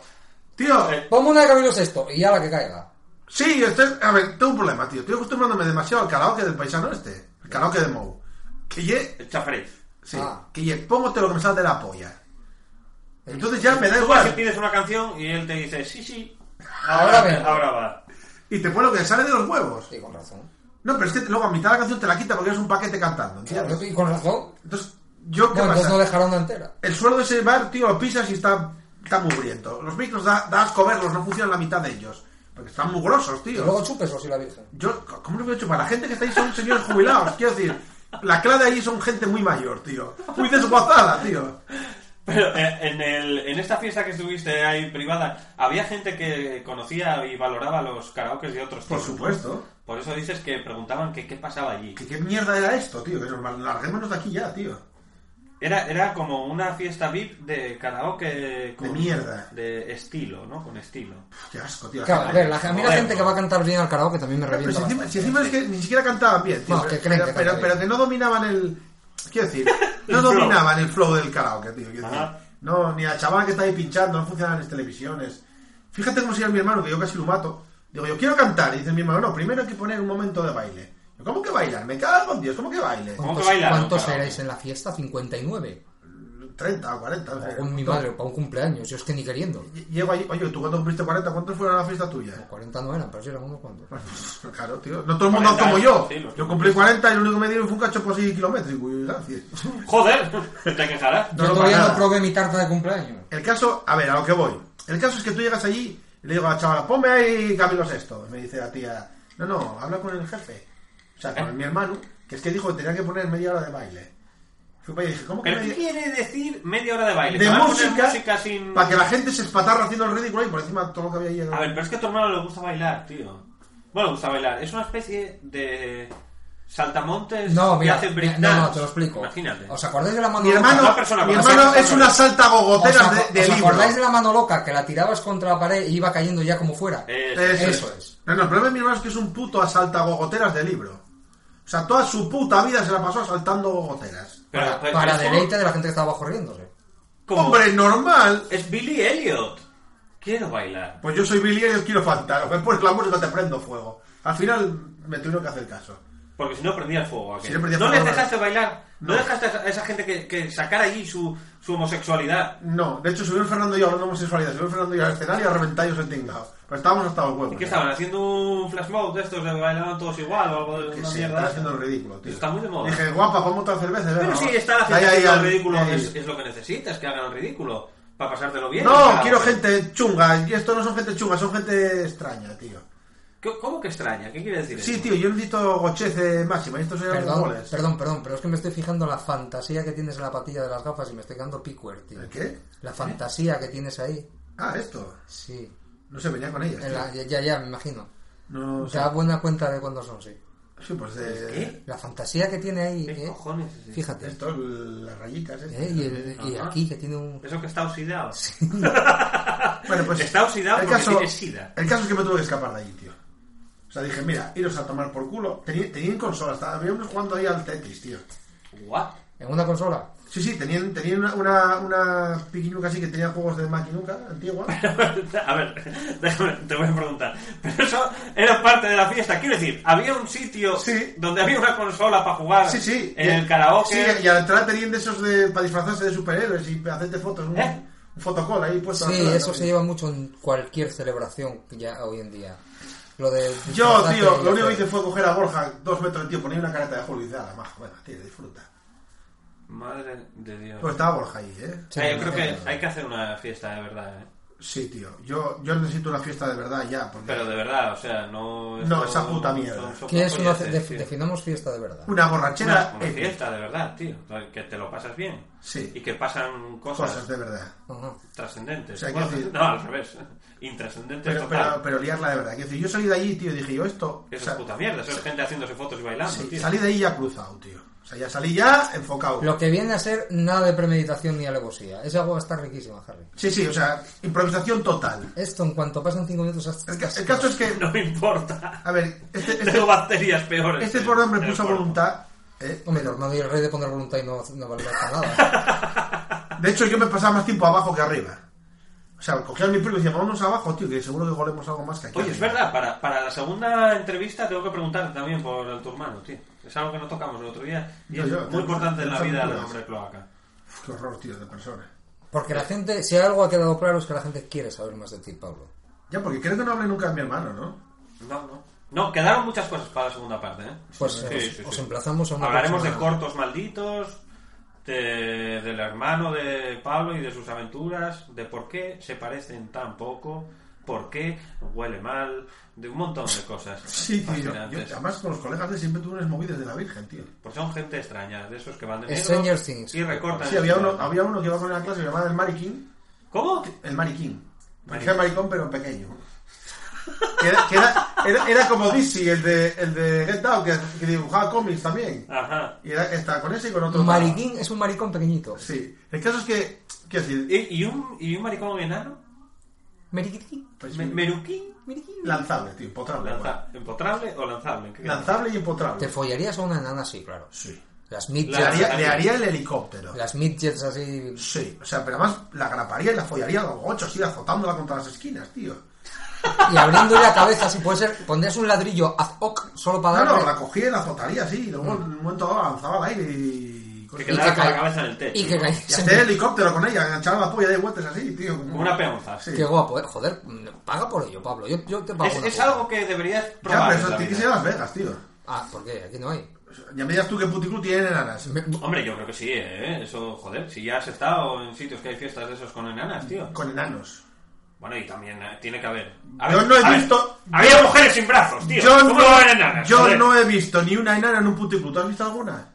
Tío, Eh, Ponme una de Camilo Sexto y ya la que caiga. Sí, este es- a ver, tengo un problema, tío. Estoy acostumbrándome demasiado al karaoke del paisano este. El karaoke de Mou. Que ye... El chafariz. Sí, Ah. que ye, póngote lo que me sale de la polla. Entonces ya me da Tú vas y igual. pides una canción y él te dice, sí, sí. Ah, Ahora ven. Ahora va. Y te pone lo que sale de los huevos. Sí, con razón. No, pero es que luego a mitad de la canción te la quita porque eres un paquete cantando, ¿entiendes? Y con razón. Entonces, yo qué Bueno, entonces pasa? no dejará una entera. El suelo de ese bar, tío, lo pisas y está, está mugriento. Los micros da, da asco verlos, no funcionan la mitad de ellos. Porque están mugrosos, Y tío. luego chupes o si la virgen. Yo, ¿cómo lo he hecho? Para la gente que está ahí son señores jubilados, quiero decir, la clave ahí son gente muy mayor, tío. Muy desguazada, tío. Pero eh, en, el, en esta fiesta que estuviste ahí privada, ¿había gente que conocía y valoraba los karaokes de otros Por tipos? supuesto. Por eso dices que preguntaban que qué pasaba allí. ¿Qué, qué mierda era esto, tío? Que nos larguémonos de aquí ya, tío. Era, era como una fiesta VIP de karaoke con, mierda. De estilo, ¿no? Con estilo. Qué asco, tío. Claro, a ver, la, a mí la Joder, gente que va a cantar bien al karaoke también me No, pero revienta si encima, bastante. si encima es que ni siquiera cantaban bien, tío. No, pero, que creen que pero- cantan pero- pero bien. que no dominaban el... Quiero decir, no El flow. dominaban el flow del karaoke, tío. quiero decir. Ajá. no, ni a chaval que está ahí pinchando, no funcionan las televisiones. Fíjate cómo sería mi hermano, que yo casi lo mato. Digo, yo quiero cantar. Y dice mi hermano, no, primero hay que poner un momento de baile. Yo, ¿cómo que bailar? Me cago en Dios, ¿cómo que baile? ¿Cómo que ¿Cuántos, bailaron, cuántos karaoke? erais en la fiesta? ¿59? 30 o 40. o sea, O con mi madre, o para un cumpleaños. Yo es que ni queriendo. Llego allí, oye, ¿tú cuándo cumpliste 40? ¿Cuántos fueron a la fiesta tuya? 40 no eran, pero sí eran unos cuantos. Claro, tío. No todo el mundo 40, como yo. sí, los yo cumplí 40 y lo único que me dieron fue un cacho por 6 kilométrico. y gracias. ¡Joder! ¿Te quejarás? No, Yo no, todavía para no nada. probé mi tarta de cumpleaños. El caso, a ver, a lo que voy. El caso es que tú llegas allí y le digo a la chavala, ponme ahí Camilo Sexto. Y me dice la tía, no, no, habla con el jefe. O sea, con mi hermano, que es que dijo que tenía que poner media hora de baile. Fui para allí y dije, ¿cómo que ¿Pero qué media quiere decir media hora de baile? De ¿Que van a poner música, música sin... para que la gente se espatarra haciendo el ridículo y por encima de todo lo que había llegado. A ver, pero es que a tu hermano le gusta bailar, tío. Bueno, le gusta bailar. Es una especie de saltamontes No, que mira, hace mira, breakdance. no, no, te lo explico. Imagínate. ¿Os acordáis de la mano mi loca? hermano, una persona mi con hermano esa- es una salta ¿Os, gogotera aco- de, de os libro. acordáis de la mano loca que la tirabas contra la pared y iba cayendo ya como fuera? Eso. Eso, Eso es. es. No, no, el problema de mi hermano es que es un puto asalta gogoteras de libro. O sea, toda su puta vida se la pasó asaltando gogoteras. Pero- para pero- para pero es deleite de la gente que estaba abajo riéndose. como- ¡Hombre, normal! Es Billy Elliot. Quiero bailar. Pues yo soy Billy y yo quiero faltar. Pues pones la música te prendo fuego. Al final me tuvieron que hacer caso. Porque si no prendía el fuego. aquel. Si no prendía no fuego, les no. dejaste bailar. No, No. dejaste a esa gente que, que sacara allí su, su homosexualidad. No, de hecho subió el Fernando y yo hablando de homosexualidad. Subió el Fernando y yo al escenario a reventallos el tinglado. Pero Pues estábamos hasta los huevos. ¿Y qué ya. estaban? ¿Haciendo un flash mob de estos? de ¿Bailaban todos igual o algo de Que una sí, mierda? están esa? haciendo el ridículo, tío. Está muy de moda. Dije, guapa, pongo otra cerveza. Pero venga, si va. están Ahí, haciendo ahí, el ahí, ridículo, ahí. Es, es lo que necesitas, que hagan el ridículo. Para pasártelo bien. No, Claro. quiero gente chunga. Y esto no son gente chunga, son gente extraña, tío. ¿Qué- ¿Cómo que extraña? ¿Qué quiere decir Sí, eso? tío, yo necesito gochece máxima. y Estos eran los Perdón, goles. perdón, perdón, pero es que me estoy fijando en la fantasía que tienes en la patilla de las gafas y me estoy quedando picuer, tío. ¿El qué? La fantasía que tienes ahí. Ah, esto. Sí. No se venía con ellas. En tío. la- ya, ya, ya, me imagino. No, Te da buena cuenta de cuándo son, sí. sí, pues de. ¿Qué? La fantasía que tiene ahí, ¿Eh? ¿Qué eh, cojones es eso? fíjate. Esto, las rayitas, ¿eh? Eh, Y, el- y Ajá. aquí que tiene un... Eso que está oxidado. Bueno, pues Está oxidado el porque caso, tiene sida. El caso es que me tuve que escapar de allí, tío. O sea, dije, mira, iros a tomar por culo. Tenían, tenían consolas, estaba- había unos jugando ahí al Tetris, tío. What? ¿En una consola? Sí, sí, tenían, tenían una, una, una piquiñuca así que tenía juegos de maquinuca antigua. A ver, déjame, te voy a preguntar. Pero eso era parte de la fiesta. Quiero decir, había un sitio Sí. donde había una consola para jugar Sí, sí. en Y- el karaoke. Sí, y a la entrada tenían de esos de, para disfrazarse de superhéroes y hacerte fotos. Un, ¿Eh? un fotocall ahí puesto. Sí, atrás, eso ¿no? se lleva mucho en cualquier celebración ya hoy en día. Lo de Yo, disfrazarte tío, y lo único que hice hacer- fue coger a Borja dos metros, tío, ponía una careta de Julio y dice, "Ala, majo, bueno, tío, disfruta. Madre de Dios. Pero estaba Borja ahí, ¿eh? Sí, Eh, yo creo no, no, no, que no. hay que hacer una fiesta de verdad, ¿eh? Sí, tío. Yo, yo necesito una fiesta de verdad ya, porque Pero de verdad, o sea, no... No, esto- esa puta mierda. ¿Qué es una... folletes, def- tío. Definamos fiesta de verdad. una Una, borrachera una épica. fiesta de verdad, tío. Que te lo pasas bien. Sí. Y que pasan cosas, Cosas de verdad. Ajá. trascendentes. O sea, Bueno, quiero decir- no, al revés. Intrascendentes Pero, total. pero, pero liarla de verdad. Quiero decir, yo salí de allí, tío, y dije yo esto. Eso o sea, es puta mierda. Eso es gente haciéndose fotos y bailando, sí, tío. salí de ahí ya cruzado, tío. O sea, ya salí ya enfocado. Lo que viene a ser nada de premeditación ni alevosía. Esa agua está riquísima, Harry. Sí, sí, o sea, improvisación total. Esto, en cuanto pasan cinco minutos... hasta- El, ca- el caso es que, No me importa. a ver, este, este, Tengo bacterias peores. este en- programa en me el puso a cuerpo. voluntad. ¿eh? Hombre, normal, y el rey de poner voluntad y no, no valer para nada. De hecho, yo me pasaba más tiempo abajo que arriba. O sea, cogía a mi primo y decía, vámonos abajo, tío, que seguro que golemos algo más que aquí. Oye, es arriba". verdad, para, para la segunda entrevista tengo que preguntar también por el turmano, tío. Es algo que no tocamos el otro día y Yo, es yo, muy tenemos- importante en la tenemos vida del algunas. hombre cloaca. Uf, qué horror, tío, de persona. Porque la gente, si algo ha quedado claro es que la gente quiere saber más de ti, Pablo. Ya, porque creo que no hablé nunca de mi hermano, ¿no? No, no. No, quedaron muchas cosas para la segunda parte, ¿eh? Pues Sí, eh, sí, os, sí, os sí. emplazamos a una Hablaremos de próxima- cortos malditos, de- del hermano de Pablo y de sus aventuras, de por qué se parecen tan poco, por qué huele mal, de un montón de cosas. Sí, tío. yo- fascinantes. yo- además, con los colegas de siempre tuve unas movidas de la Virgen, tío. Pues son gente extraña, de esos que van de negro Stranger Things. y recortan. Sí, había uno, había uno que iba con la clase llamada el Mariquín. ¿Cómo? El Mariquín. Mariquín. Parecía maricón, pero en pequeño. Que era, que era, era- era como Dizzy, el de, el de Get Down, que, que dibujaba cómics también. Ajá. Y era, está con ese y con otro. Un mariquín es un maricón pequeñito. Sí. El caso es que, quiero decir, ¿Eh? ¿Y, y un, ¿Y un maricón enano? Mariquín, pues, Me- ¿Meruquín? mariquín. lanzable, tío, empotrable. Lanza- ¿Empotrable o lanzable? ¿Qué bueno. Lanzable y Te empotrable. follarías a una enana, sí, claro. Sí. Las Le midgets, La haría, le haría el helicóptero. las midgets así... Sí, o sea, pero además la agraparía y la follaría a los gochos, ir azotándola contra las esquinas, tío. Y abriéndole la cabeza, si puede ser, pondrías un ladrillo ad hoc solo para No, darle... no, la cogía y la azotaría, sí, y luego en un momento dado avanzaba al aire y... Que Y quedara que con la ca- cabeza en el techo. Y ¿no? que Y cayese... hacer el helicóptero con ella, enganchar la polla de vueltas así, tío. Como una peonza. Sí. Qué guapo, eh. Joder, paga por ello, Pablo. Yo, yo te pago Es, una es cuota. algo que deberías Ya, probar. pero en eso la tiene que vida. ser Las Vegas, tío. Ah, porque aquí no hay. O sea, Ya me digas tú que Puticlub tiene enanas. Me- Hombre, yo creo que sí, ¿eh? Eso, joder, si ya has estado en sitios que hay fiestas de esos con enanas, tío. Con enanos. Bueno, y también eh, tiene que haber. Yo ver, no he a ver, visto- Había mujeres sin brazos, tío. Yo, ¿Cómo no, no va a haber enanas? yo joder? no he visto ni una enana en un Puticlub. ¿Tú has visto alguna?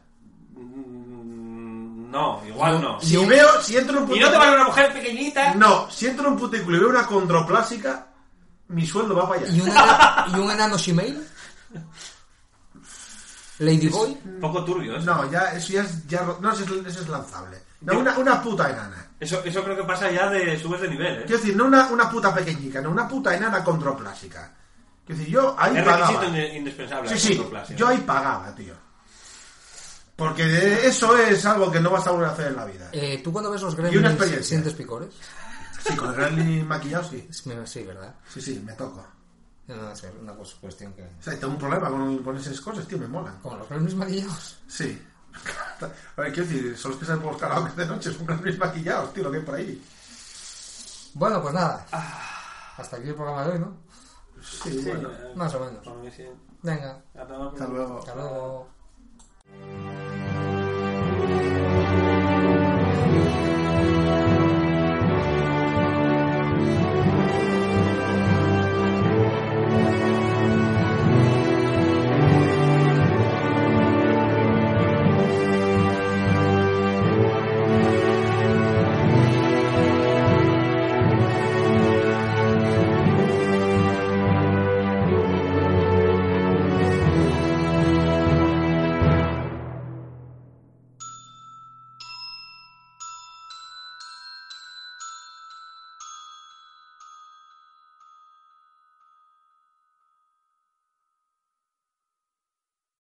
Mm, No, igual no. Si veo, si entro en Y un no puticlub... te vale una mujer pequeñita. No, si entro en un puticlub y veo una condroplásica, mi sueldo va para allá. ¿Y un, enano, ¿Y un enano shemale? ¿Ladyboy? Un poco turbio, ¿eh? No, ya, eso ya es, ya, ro- no, eso es, eso es lanzable. No, Yo- una, una puta enana. Eso, eso creo que pasa ya de subes de nivel, ¿eh? Quiero decir, no una, una puta pequeñica, no, una puta enana condroplásica. Quiero decir, yo ahí Es pagaba. requisito inde- indispensable. Sí, la sí, contemplación. yo ahí pagaba, tío. Porque de- eso es algo que no vas a volver a hacer en la vida. Eh, ¿Tú cuando ves los una gremlins experiencia. sientes picores? Sí, con el Granly maquillado, sí. Es que- Sí, ¿verdad? Sí, sí, me toco. No, no, es una cos- cuestión que... O sea, tengo un problema con, con esas cosas, tío, me molan. Como los gremlins maquillados. Sí. A ver, quiero decir, solo piensan por los karaoke de noche, son Granlys maquillados, tío, lo que hay por ahí. Bueno, pues nada. Hasta aquí el programa de hoy, ¿no? Sí, bueno. eh, Más o menos. Venga, Hasta luego. hasta luego.